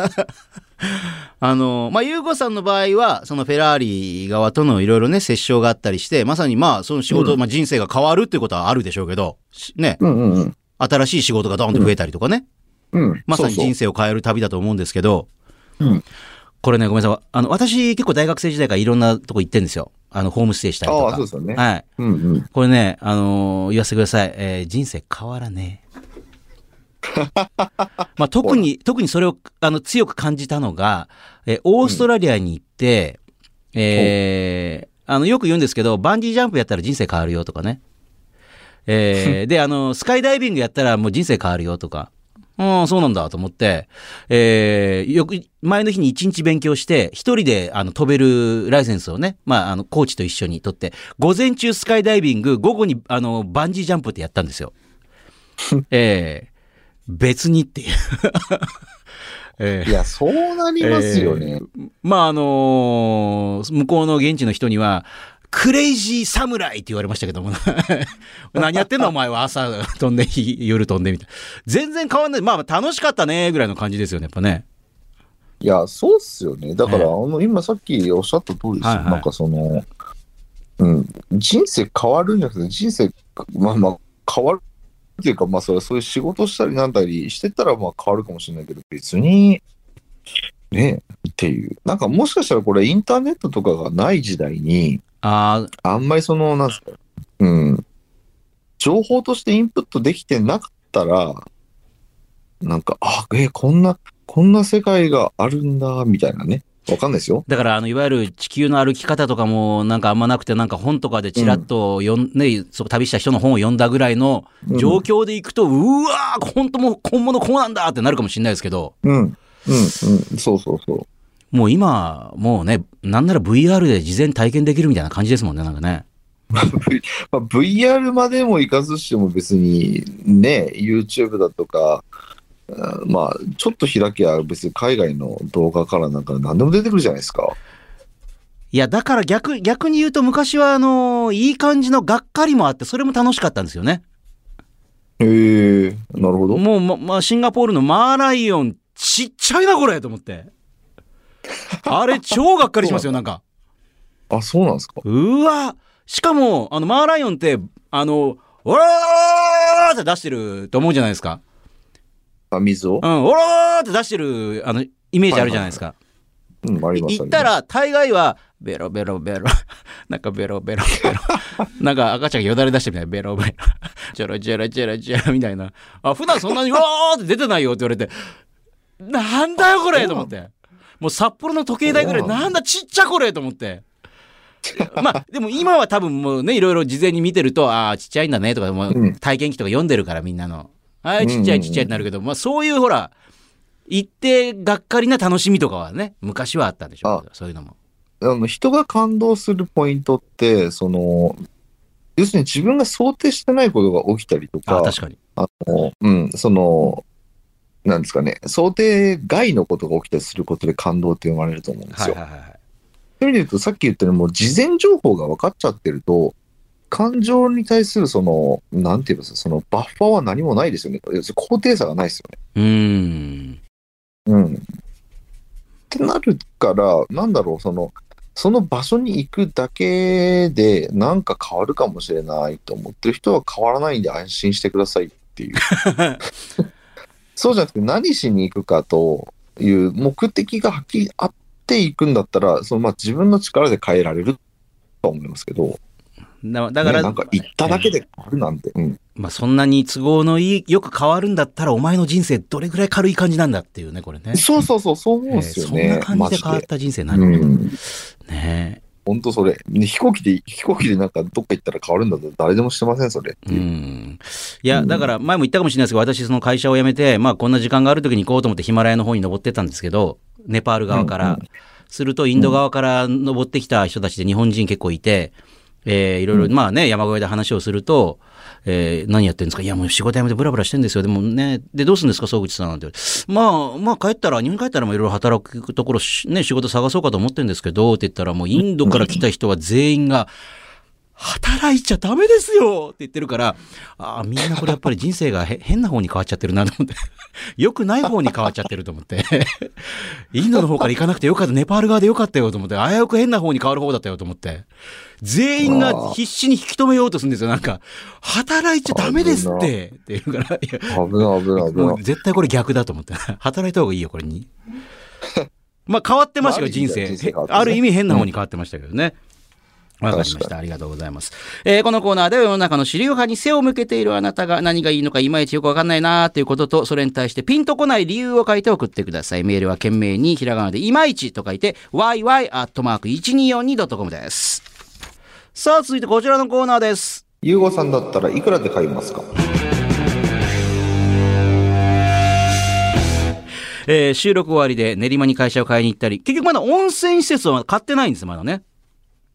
Speaker 1: あの、まあ、ゆうこさんの場合は、そのフェラーリ側とのいろいろね、折衝があったりして、まさにまあ、その仕事、
Speaker 2: うん
Speaker 1: まあ、人生が変わるっていうことはあるでしょうけど、しね、
Speaker 2: うんうんうん。
Speaker 1: 新しい仕事がドーンと増えたりとかね、
Speaker 2: うん。
Speaker 1: まさに
Speaker 2: そうそう
Speaker 1: 人生を変える旅だと思うんですけど、
Speaker 2: うん
Speaker 1: これね、ごめんなさい。あの、私結構大学生時代からいろんなとこ行ってんですよ。あの、ホームステイしたりと
Speaker 2: あ
Speaker 1: か。
Speaker 2: あ、そうですよね。
Speaker 1: はい。
Speaker 2: うんうん。
Speaker 1: これね、あのー言わせてください。えー人生変わらねえ。 まあ、特に、特にそれを、あの、強く感じたのが、えーオーストラリアに行って、えーあの、よく言うんですけど、バンジージャンプやったら人生変わるよとかね。えーで、あの、スカイダイビングやったらもう人生変わるよとか。うん、そうなんだと思って、えー、よく、前の日に一日勉強して、一人で、あの、飛べるライセンスをね、まあ、あの、コーチと一緒に取って、午前中スカイダイビング、午後に、あの、バンジージャンプってやったんですよ。えー、別にっていう。 えー
Speaker 2: いや、そうなりますよね。
Speaker 1: まああのー向こうの現地の人には、クレイジーサムライって言われましたけども、 何やってんのお前は朝飛んで、ひ夜飛んでみたいな。全然変わんない。まあまあ楽しかったね、ぐらいの感じですよね、やっぱね。
Speaker 2: いや、そうっすよね。だから、
Speaker 1: ね
Speaker 2: あの、今さっきおっしゃった通りですよ。
Speaker 1: はいはい
Speaker 2: なんかその、うん、人生変わるんじゃなくて、人生、まあまあ、変わるっていうか、まあ、それはそういう仕事したりなんだりしてたら、まあ、変わるかもしれないけど、別に、ね、っていう。なんか、もしかしたらこれ、インターネットとかがない時代に、
Speaker 1: ああ、
Speaker 2: あんまりその、なんすか、うん、情報としてインプットできてなかったら、なんか、あ、え、こんな、こんな世界があるんだ、みたいなね。わかんないですよ。
Speaker 1: だからあの、いわゆる地球の歩き方とかもなんかあんまなくて、なんか本とかでちらっと読ん、ね、そう旅した人の本を読んだぐらいの
Speaker 2: うん
Speaker 1: 状況でいくと、うわー、本当もう本物こうなんだってなるかもしれないですけど、
Speaker 2: うん。うん、うん、そうそうそう。
Speaker 1: もう今、もうね、なんなら VR で事前に体験できるみたいな感じですもんね、なんかね。
Speaker 2: まあ、VR までもいかずしても別に、ね、YouTube だとか、うんまあ、ちょっと開きゃ別に海外の動画からなんか何でも出てくるじゃないですか。
Speaker 1: いや、だから逆、逆に言うと昔は、あの、いい感じのがっかりもあって、それも楽しかったんですよね。
Speaker 2: へえ、なるほど。
Speaker 1: もう、ま、まあ、シンガポールのマーライオン、ちっちゃいな、これと思って。あれ、超がっかりしますよ、なんか。
Speaker 2: あ、そうなんですか。
Speaker 1: うわしかも、あの、マーライオンって、あの、おらーって出してると思うじゃないですか。
Speaker 2: あ、水を
Speaker 1: う。ん、おらーって出してる、あの、イメージあるじゃないですか。
Speaker 2: うん、あります
Speaker 1: 行った、ら大概はベロベロベロ なんかベロベロベロ なんか赤ちゃんがよだれ出してみたいなベロ ベロジョロジョロジョロジョロみたいなあ普段そんなに「うわー!」って出てないよって言われてなんだよこれと思ってもう札幌の時計台ぐらい
Speaker 2: そうなんだ
Speaker 1: なんだちっちゃこれと思って。まあでも今は多分もうねいろいろ事前に見てるとああちっちゃいんだねとかもう
Speaker 2: うん
Speaker 1: 体験記とか読んでるからみんなのああちっ
Speaker 2: うん
Speaker 1: ち
Speaker 2: う
Speaker 1: ゃ
Speaker 2: んう
Speaker 1: い
Speaker 2: ん
Speaker 1: ちっちゃいになるけどまあそういうほら行ってがっかりな楽しみとかはね昔はあったんでしょうけどそういうのも。
Speaker 2: あの人が感動するポイントって、その、要するに自分が想定してないことが起きたりと
Speaker 1: あ
Speaker 2: か
Speaker 1: あ、確かに。
Speaker 2: もううん、その、なんですかね、想定外のことが起きたりすることで感動って生まれると思うんです
Speaker 1: はい
Speaker 2: よ。
Speaker 1: はいはいはい。
Speaker 2: そういう意味で言うと、さっき言ったように、もう事前情報が分かっちゃってると、感情に対するその、なんて言いますか、そのバッファーは何もないですよね。要するに高低差がないですよね。
Speaker 1: うーん。
Speaker 2: うん。ってなるから、なんだろう、その、その場所に行くだけで、なんか変わるかもしれないと思ってる人は変わらないんで安心してくださいっ ていう。そうじゃなくて、何しに行くかという目的がはっきりあっていくんだったら、そのまあ自分の力で変えられるとは思いますけど、
Speaker 1: だだから、
Speaker 2: ねなんか行っただけで変わるなんて、うん、
Speaker 1: まあそんなに都合のいい、よく変わるんだったらお前の人生どれぐらい軽い感じなんだっていうね、これね。
Speaker 2: そうそうそう、そう思うん
Speaker 1: えー
Speaker 2: ですよ
Speaker 1: そんな
Speaker 2: ね。
Speaker 1: 感
Speaker 2: マ
Speaker 1: じ
Speaker 2: ジ
Speaker 1: で変わっ
Speaker 2: で。
Speaker 1: た人生な
Speaker 2: う
Speaker 1: るね
Speaker 2: ん
Speaker 1: ね
Speaker 2: 本当それ、ね飛行機で、飛行機でなんかどっか行ったら変わるんだと誰でもしてません、それ。
Speaker 1: え。うん。いや、だから前も言ったかもしれないですけど、私その会社を辞めて、まあこんな時間がある時に行こうと思ってヒマラヤの方に登ってったんですけど、ネパール側か
Speaker 2: うん
Speaker 1: ら。するとインド側から登ってきた人たちで日本人結構いて、えーいろいろ、まあね、山小屋で話をすると、えー何やってるんですかいや、もう仕事辞めてブラブラしてんですよ。でもね、で、どうするんですか総口さんなんて。まあ、まあ帰ったら、日本に帰ったらもういろいろ働くところし、ね、仕事探そうかと思ってるんですけど、って言ったらもうインドから来た人は全員が、働いちゃダメですよって言ってるから、 ああ、みんなこれやっぱり人生がへ変な方に変わっちゃってるなと思って、良くない方に変わっちゃってると思って、 インドの方から行かなくてよかった、ネパール側でよかったよと思って、危うく変な方に変わる方だったよと思って、全員
Speaker 2: う
Speaker 1: が
Speaker 2: わ
Speaker 1: 必死に引き止めようとするんですよ。なんか、働いちゃダメですってって言うから、いや、
Speaker 2: 危ない危ない危
Speaker 1: も
Speaker 2: な
Speaker 1: う
Speaker 2: い。
Speaker 1: 絶対これ逆だと思って。 働いた方がいいよ、これ に。まあ変わってましたけど、
Speaker 2: まあ
Speaker 1: 人
Speaker 2: ある意
Speaker 1: 生
Speaker 2: 味人生変わ。ってますね
Speaker 1: ある意味変な方に変わってましたけどね。わかりま
Speaker 2: 確
Speaker 1: し
Speaker 2: か
Speaker 1: た。ありがとうございます。えーこのコーナーでは世の中の主流派に背を向けているあなたが何がいいのかいまいちよくわかんないなーということと、それに対してピンとこない理由を書いて送ってください。メールは懸命にひらがなでいまいちと書いて、yy.1242.com です。さあ、続いてこちらのコーナーです。
Speaker 2: ゆうごさんだったらいくらで買いますか
Speaker 1: えー収録終わりで練馬に会社を買いに行ったり、結局まだ温泉施設は買ってないんですよ、まだね。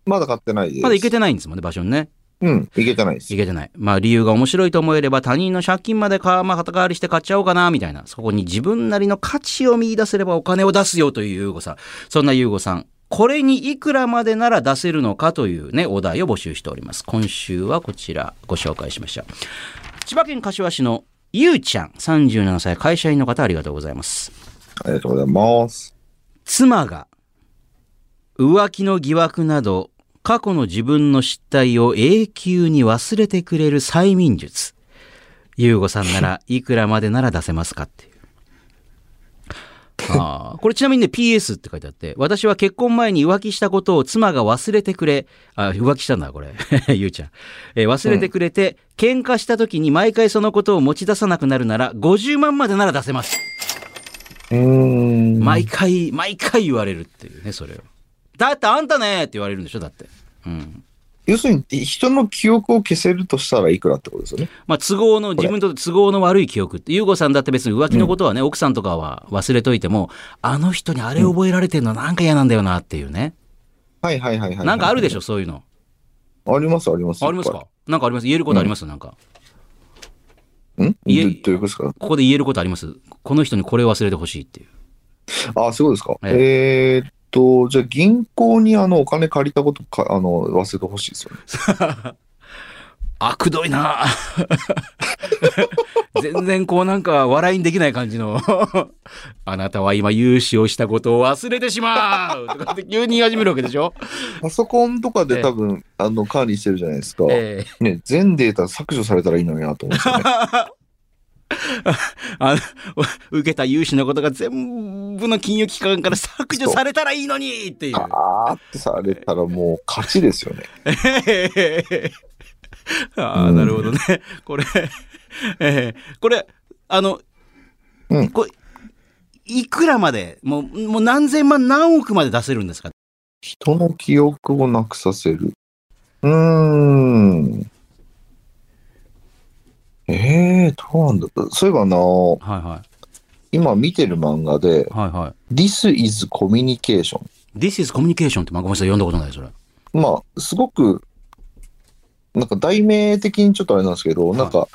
Speaker 2: まだ買ってないです。
Speaker 1: まだ行けてないんですもんね、場所にね。
Speaker 2: うん、行けてないです
Speaker 1: 行。けてない。まあ理由が面白いと思えれば他人の借金までか、まあ肩代わりして買っちゃおうかな、みたいな。そこに自分なりの価値を見出せればお金を出すよというユーゴさん。そんなユーゴさん。これにいくらまでなら出せるのかというね、お題を募集しております。今週はこちらご紹介しました。千葉県柏市のゆうちゃん、37歳、会社員の方ありがとうございます。
Speaker 2: ありがとうございます。
Speaker 1: 妻が浮気の疑惑など過去の自分の失態を永久に忘れてくれる催眠術優吾さんならいくらまでなら出せますかっていう。あーこれちなみにね PS って書いてあって私は結婚前に浮気したことを妻が忘れてくれあ浮気したんだこれ ゆうちゃん、えー忘れてくれて、喧嘩した時に毎回そのことを持ち出さなくなるなら50万までなら出せます
Speaker 2: うーん。
Speaker 1: 毎回、毎回言われるっていうね、それを。だってあんたねって言われるんでしょだって。うん。
Speaker 2: 要するに、人の記憶を消せるとしたらいくらってことですよね。
Speaker 1: まあ、都合の、自分にとって都合の悪い記憶って、ゆうごさんだって別に浮気のことはね、奥さんとかは忘れといても、あの人にあれ覚えられてるのなんか嫌なんだよなっていうね。
Speaker 2: はいはいはいはい。
Speaker 1: なんかあるでし
Speaker 2: ょ
Speaker 1: ょそういうの。
Speaker 2: ありますあります。
Speaker 1: あります
Speaker 2: いっ
Speaker 1: かなんかあります言えることありますなんか。
Speaker 2: ぱいんどどう
Speaker 1: いえ
Speaker 2: いうことですか
Speaker 1: ここで言えることありますこの人にこれを忘れてほしいっていう。
Speaker 2: あ、そうですか。
Speaker 1: え
Speaker 2: えーっと、じゃあ銀行にあのお金借りたことか、あの、忘れてほしいですよね。
Speaker 1: あくどいな 全然こうなんか笑いにできない感じの あなたは今融資をしたことを忘れてしまうとかって急に言い始めるわけでしょ、
Speaker 2: パソコンとか
Speaker 1: ええ
Speaker 2: で多分、あの、管理してるじゃないですか。
Speaker 1: え え
Speaker 2: ね、全データ削除されたらいいのになと思うんですよね。
Speaker 1: あの受けた融資のことが全部の金融機関から削除されたらいいのに っていう
Speaker 2: あーってされたらもう勝ちですよね。
Speaker 1: ああ、なるほどね。これ、ええこれ、あの、
Speaker 2: うん
Speaker 1: これいくらまで、もう、もう何千万、何億まで出せるんですか
Speaker 2: 人の記憶をなくさせる。うーん。ええどうなんだろうそういえばあ
Speaker 1: は
Speaker 2: の、
Speaker 1: いは
Speaker 2: 今見てる漫画で
Speaker 1: い。、はいはい。
Speaker 2: This is Communication。
Speaker 1: This is Communication って、まあ、ごめんなさい、読んだことない、それ。
Speaker 2: まあ、すごく、なんか題名的にちょっとあれなんですけど、
Speaker 1: はい
Speaker 2: なんか、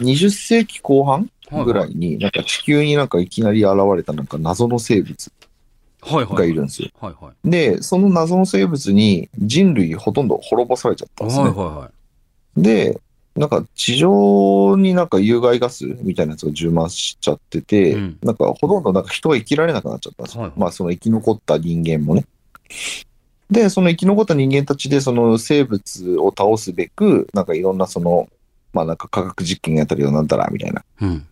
Speaker 2: 20世紀後半ぐらいに、なんか地球になんかいきなり現れたなんか謎の生物
Speaker 1: はいは
Speaker 2: がい
Speaker 1: い。
Speaker 2: るんですよ。
Speaker 1: はいはい。
Speaker 2: で、その謎の生物に人類ほとんど滅ぼされちゃったんですね。
Speaker 1: はいはいはい。
Speaker 2: で、なんか地上になんか有害ガスみたいなやつが充満しちゃってて、
Speaker 1: うん
Speaker 2: なんかほとんどなんか人が生きられなくなっちゃったんですよ。
Speaker 1: はいはい
Speaker 2: まあその生き残った人間もね。で、その生き残った人間たちでその生物を倒すべく、なんかいろんなその、まあなんか科学実験やったりだなんだらみたいな。
Speaker 1: うん。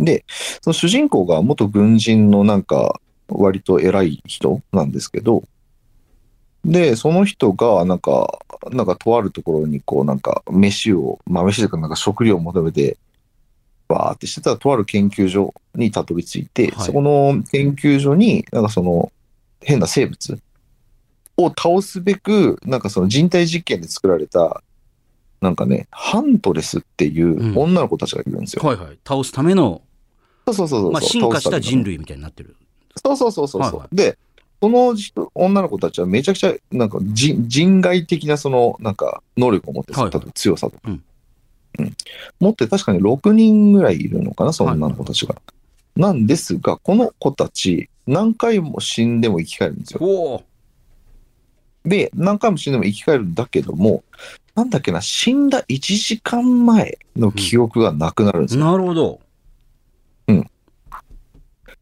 Speaker 2: で、その主人公が元軍人のなんか、割と偉い人なんですけど、で、その人が、なんか、なんか、とあるところに、こう、なんか、飯を、まあ、飯というか、なんか食料を求めて、バーってしてたら、とある研究所にたどり着いて、
Speaker 1: はい
Speaker 2: そこの研究所に、なんかその、変な生物を倒すべく、なんかその人体実験で作られた、なんかね、ハントレスっていう女の子たちがいるんですよ。
Speaker 1: はいはい。倒すための、
Speaker 2: そうそうそうそう。
Speaker 1: まあ、進化し
Speaker 2: 倒
Speaker 1: た
Speaker 2: すため
Speaker 1: 人
Speaker 2: の
Speaker 1: 類みたいになってる。
Speaker 2: そうそうそうそう。
Speaker 1: はい
Speaker 2: そ
Speaker 1: は
Speaker 2: うで、その人女の子たちはめちゃくちゃ、なんか人、人外的な、その、なんか、能力を持って
Speaker 1: はいはい
Speaker 2: た、多分強さとか、
Speaker 1: うん
Speaker 2: うん持って、確かに6人ぐらいいるのかな、その女の子たちが。なんですが、この子たち、何回も死んでも生き返るんですよ。
Speaker 1: おお。
Speaker 2: で、何回も死んでも生き返るんだけども、なんだっけな、死んだ1時間前の記憶がなくなるんですよ。
Speaker 1: なるほど。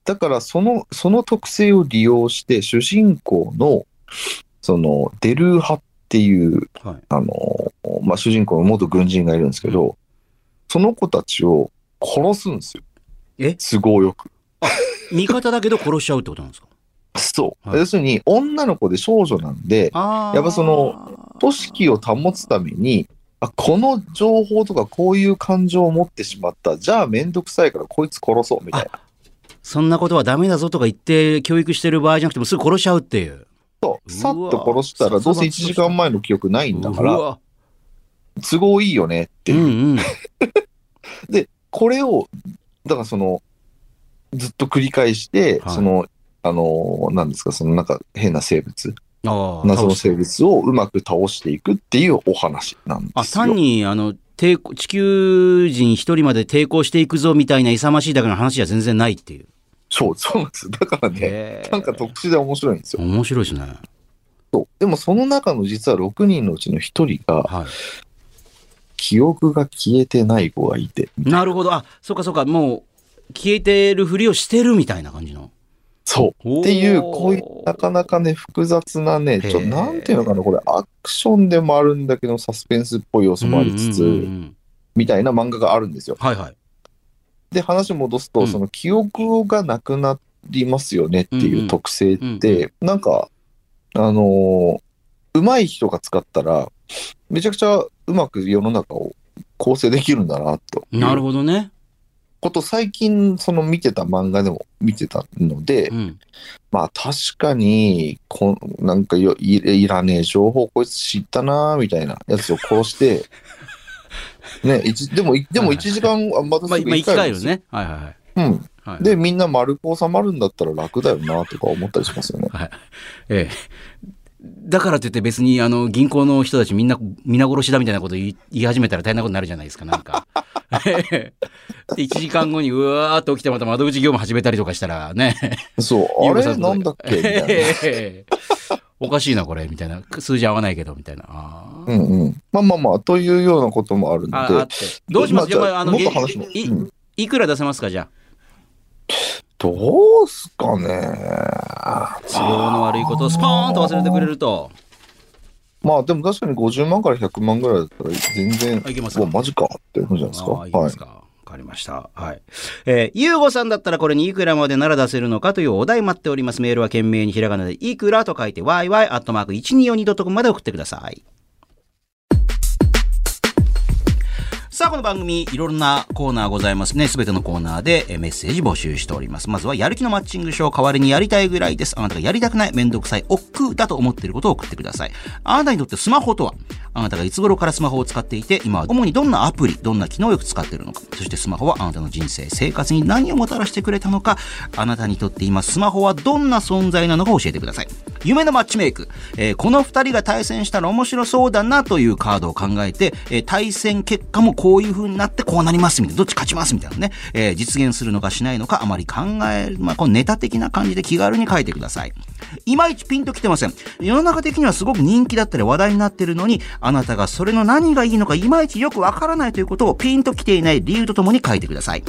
Speaker 2: だからその、その特性を利用して、主人公の、その、デルー派っていう、
Speaker 1: はい。
Speaker 2: あの、まあ、主人公の元軍人がいるんですけど、その子たちを殺すんですよ。
Speaker 1: え
Speaker 2: 都合よく。
Speaker 1: 味方だけど殺しちゃうってことなんですか
Speaker 2: そう。
Speaker 1: はい
Speaker 2: 要するに、女の子で少女なんで、
Speaker 1: あ
Speaker 2: やっぱそ
Speaker 1: の
Speaker 2: 組織を保つために、あこの情報とかこういう感情を持ってしまった。じゃあめんどくさいからこいつ殺そうみたいな。
Speaker 1: そんなことはダメだぞとか言って教育してる場合じゃなくてもうすぐ殺しちゃうっていう。
Speaker 2: そう。さっと殺した
Speaker 1: うわ
Speaker 2: らどうせ1時間前の記憶ないんだから
Speaker 1: う、わ
Speaker 2: 都合いいよねって
Speaker 1: う
Speaker 2: い
Speaker 1: ん
Speaker 2: う。
Speaker 1: うん。
Speaker 2: これを、だからその、ずっと繰り返して、
Speaker 1: はい
Speaker 2: その、あの、なんですか、そのなんか変な生物、
Speaker 1: ああ。
Speaker 2: 謎の生物をうまく倒していくっていうお話なんで
Speaker 1: あ、
Speaker 2: すよ。
Speaker 1: 単に、あの、抵抗地球人一人まで抵抗していくぞみたいな勇ましいだけの話じゃ全然ないっていう。
Speaker 2: そう、そうなんです。だからね、
Speaker 1: へえ
Speaker 2: なんか特殊で面白いんですよ。
Speaker 1: 面白いですね。
Speaker 2: そうでもその中の実は6人のうちの1人が、
Speaker 1: は
Speaker 2: 記憶が消えてない子がいて、
Speaker 1: い。なるほど。あ、そうかそうか。もう、消えてるふりをしてるみたいな感じの。
Speaker 2: そう。
Speaker 1: っ
Speaker 2: っていう、こういう、なかなかね、複雑なね、ちょ
Speaker 1: へ
Speaker 2: っ
Speaker 1: ー
Speaker 2: と、なんていうのかな、これ、アクションでもあるんだけど、サスペンスっぽい要素もありつつ、
Speaker 1: うんうんうんうん
Speaker 2: みたいな漫画があるんですよ。
Speaker 1: はいはい。
Speaker 2: で、話戻す
Speaker 1: う
Speaker 2: と、
Speaker 1: ん
Speaker 2: その記憶がなくなりますよねっ
Speaker 1: う
Speaker 2: て
Speaker 1: ん
Speaker 2: いううん特性
Speaker 1: うん
Speaker 2: って、なんか、あのー、上手い人が使ったら、めちゃくちゃうまく世の中を構成できるんだな、と。
Speaker 1: なるほどね。
Speaker 2: こと、最近、その見てた漫画でも見てたので、
Speaker 1: うん。
Speaker 2: まあ確かにこ、なんかよいいらねえ情報こいつ知ったなーみたいなやつを 殺して、ね、いちでも、いでも
Speaker 1: はい
Speaker 2: 1時間、あまた
Speaker 1: まあ、
Speaker 2: すぐ
Speaker 1: 今、生
Speaker 2: 生き
Speaker 1: き返
Speaker 2: 返る
Speaker 1: る
Speaker 2: んですよ。
Speaker 1: ね。はいはいはい。
Speaker 2: うん。
Speaker 1: はい、
Speaker 2: で、みんな丸く収まるんだったら楽だよなとか思ったりしますよね。
Speaker 1: ええ。だからといって別にあの銀行の人たちみんな皆殺しだみたいなこと言い言い始めたら大変なことになるじゃないですか、なんか。 ええで、1時間後にうわーっと起きてまた窓口業務始めたりとかしたらね。
Speaker 2: そう、
Speaker 1: ゆ
Speaker 2: あ
Speaker 1: うこ
Speaker 2: れ
Speaker 1: さと
Speaker 2: なんだっけみたい な。
Speaker 1: ええおかしいな、これ、みたいな。数字合わないけど、みたいな。あー
Speaker 2: うんうん。まあまあまあ、というようなこともある
Speaker 1: ああ
Speaker 2: の
Speaker 1: っ
Speaker 2: で、
Speaker 1: て。どうしますじゃあ、まあ、あの、
Speaker 2: もっ
Speaker 1: げ
Speaker 2: と話も
Speaker 1: いい
Speaker 2: うん
Speaker 1: いくら出せますか、じゃあ。
Speaker 2: どうすかね
Speaker 1: 都合の悪いことをスポーンと忘れてくれると。
Speaker 2: まあでも確かに50万から100万ぐらいだったら全然、
Speaker 1: あいけます
Speaker 2: う
Speaker 1: か
Speaker 2: わ、マジかっていう感じじゃないですか。
Speaker 1: ああいいで
Speaker 2: はい
Speaker 1: す。か。わ、かりました。はい。えー、ゆうごさんだったらこれにいくらまでなら出せるのかというお題待っております。メールは懸命にひらがなでいくらと書いて yy.1242.com まで送ってください。さあ、この番組、いろんなコーナーございますね。すべてのコーナーでえーメッセージ募集しております。まずは、やる気のマッチングショー、代わりにやりたいぐらいです。あなたがやりたくない、めんどくさい、億劫だと思っていることを送ってください。あなたにとってスマホとはあなたがいつ頃からスマホを使っていて、今は主にどんなアプリ、どんな機能をよく使っているのか、そしてスマホはあなたの人生、生活に何をもたらしてくれたのか、あなたにとって今スマホはどんな存在なのか教えてください。夢のマッチメイク、えーこの2人が対戦したら面白そうだなというカードを考えて、えー対戦結果もこういう風になってこうなりますみたいな、どっち勝ちますみたいなね、えー実現するのかしないのかあまり考える、まあ、このネタ的な感じで気軽に書いてください。いまいちピンときてません。世の中的にはすごく人気だったり話題になってるのに、あなたがそれの何がいいのかいまいちよくわからないということをピンときていない理由とともに書いてください。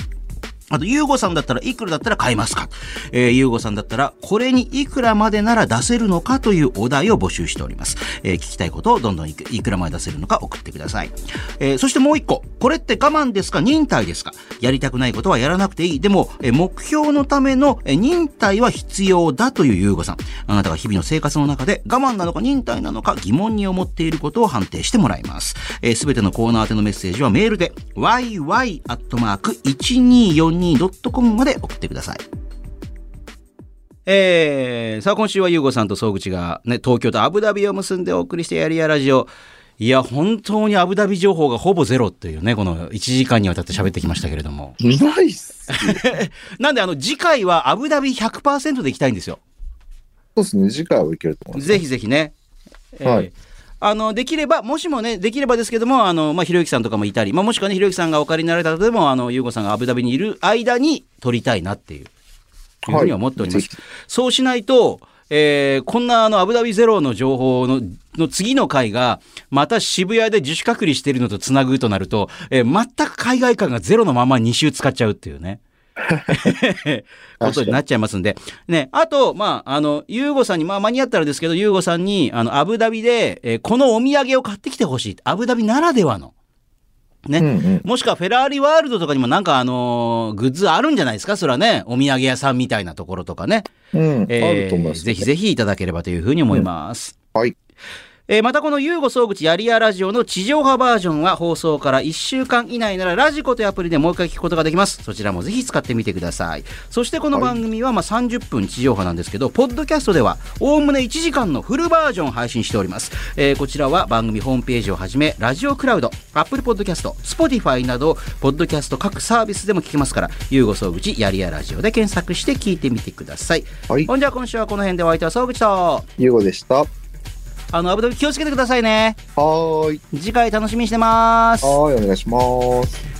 Speaker 1: あと、ゆうごさんだったらいくらだったら買えますかえー、ゆうごさんだったら、これにいくらまでなら出せるのかというお題を募集しております。えー聞きたいことをどんどんいくいくらまで出せるのか送ってください。えーそしてもう一個。これって我慢ですか忍耐ですかやりたくないことはやらなくていい。でも、えー目標のための、えー忍耐は必要だというゆうごさん。あなたが日々の生活の中で我慢なのか忍耐なのか疑問に思っていることを判定してもらいます。えすべてのコーナー宛てのメッセージはメールで yy.1242.com まで送ってください。えー、さあ今週はゆうごさんと総口がね、東京とアブダビを結んでお送りしてやりやラジオ。いや、本当にアブダビ情報がほぼゼロっていうね、この1時間にわたって喋ってきましたけれども。
Speaker 2: ないっす。
Speaker 1: なんであの次回はアブダビ100%で行きたいんですよ。
Speaker 2: そうですね、次回はいけると思います。
Speaker 1: ぜひぜひね。えー
Speaker 2: はい
Speaker 1: あのできれば、もしもね、できればですけども、あのまあ、ひろゆきさんとかもいたり、まあ、もしくはね、ひろゆきさんがお借りになられたとでも、あのゆうごさんがアブダビにいる間に撮りたいなっていういうふうには思っております。
Speaker 2: ぜ
Speaker 1: そうしないと、えーこんなあのアブダビゼロの情報のの次の回が、また渋谷で自主隔離しているのとつなぐとなると、えー全く海外感がゼロのまま2週使っちゃうっていう ね。ことになっちゃいますんで。ね、あと、まあ、あの、ゆうごさんに、まあ、間に合ったらですけど、ゆうごさんに、あの、アブダビで、えーこのお土産を買ってきてほしい。アブダビならではの。ね。
Speaker 2: うんうん。
Speaker 1: もしくはフェラーリワールドとかにもなんかあのーグッズあるんじゃないですかそれはね、お土産屋さんみたいなところとかね。
Speaker 2: うん、
Speaker 1: えー
Speaker 2: あると思います、
Speaker 1: ぜひぜひいただければというふうに思います。
Speaker 2: はい。
Speaker 1: えーまたこのユーゴ総口やりやラジオの地上波バージョンは放送から1週間以内ならラジコというアプリでもう一回聞くことができます。そちらもぜひ使ってみてください。そしてこの番組はまあ30分地上波なんですけど、ポッドキャストではおおむね1時間のフルバージョンを配信しております。えーこちらは番組ホームページをはじめ、ラジオクラウド、アップルポッドキャスト、スポティファイなど、ポッドキャスト各サービスでも聞けますから、ユーゴ総口やりやラジオで検索して聞いてみてください。
Speaker 2: はい
Speaker 1: ほんじゃあ今週はこの辺でお相手は総口と、
Speaker 2: ゆうごでした。は
Speaker 1: あの、アブダビ気をつけてくださいね。
Speaker 2: ーい。
Speaker 1: 次回楽しみにしてます。
Speaker 2: はーい、お願いします。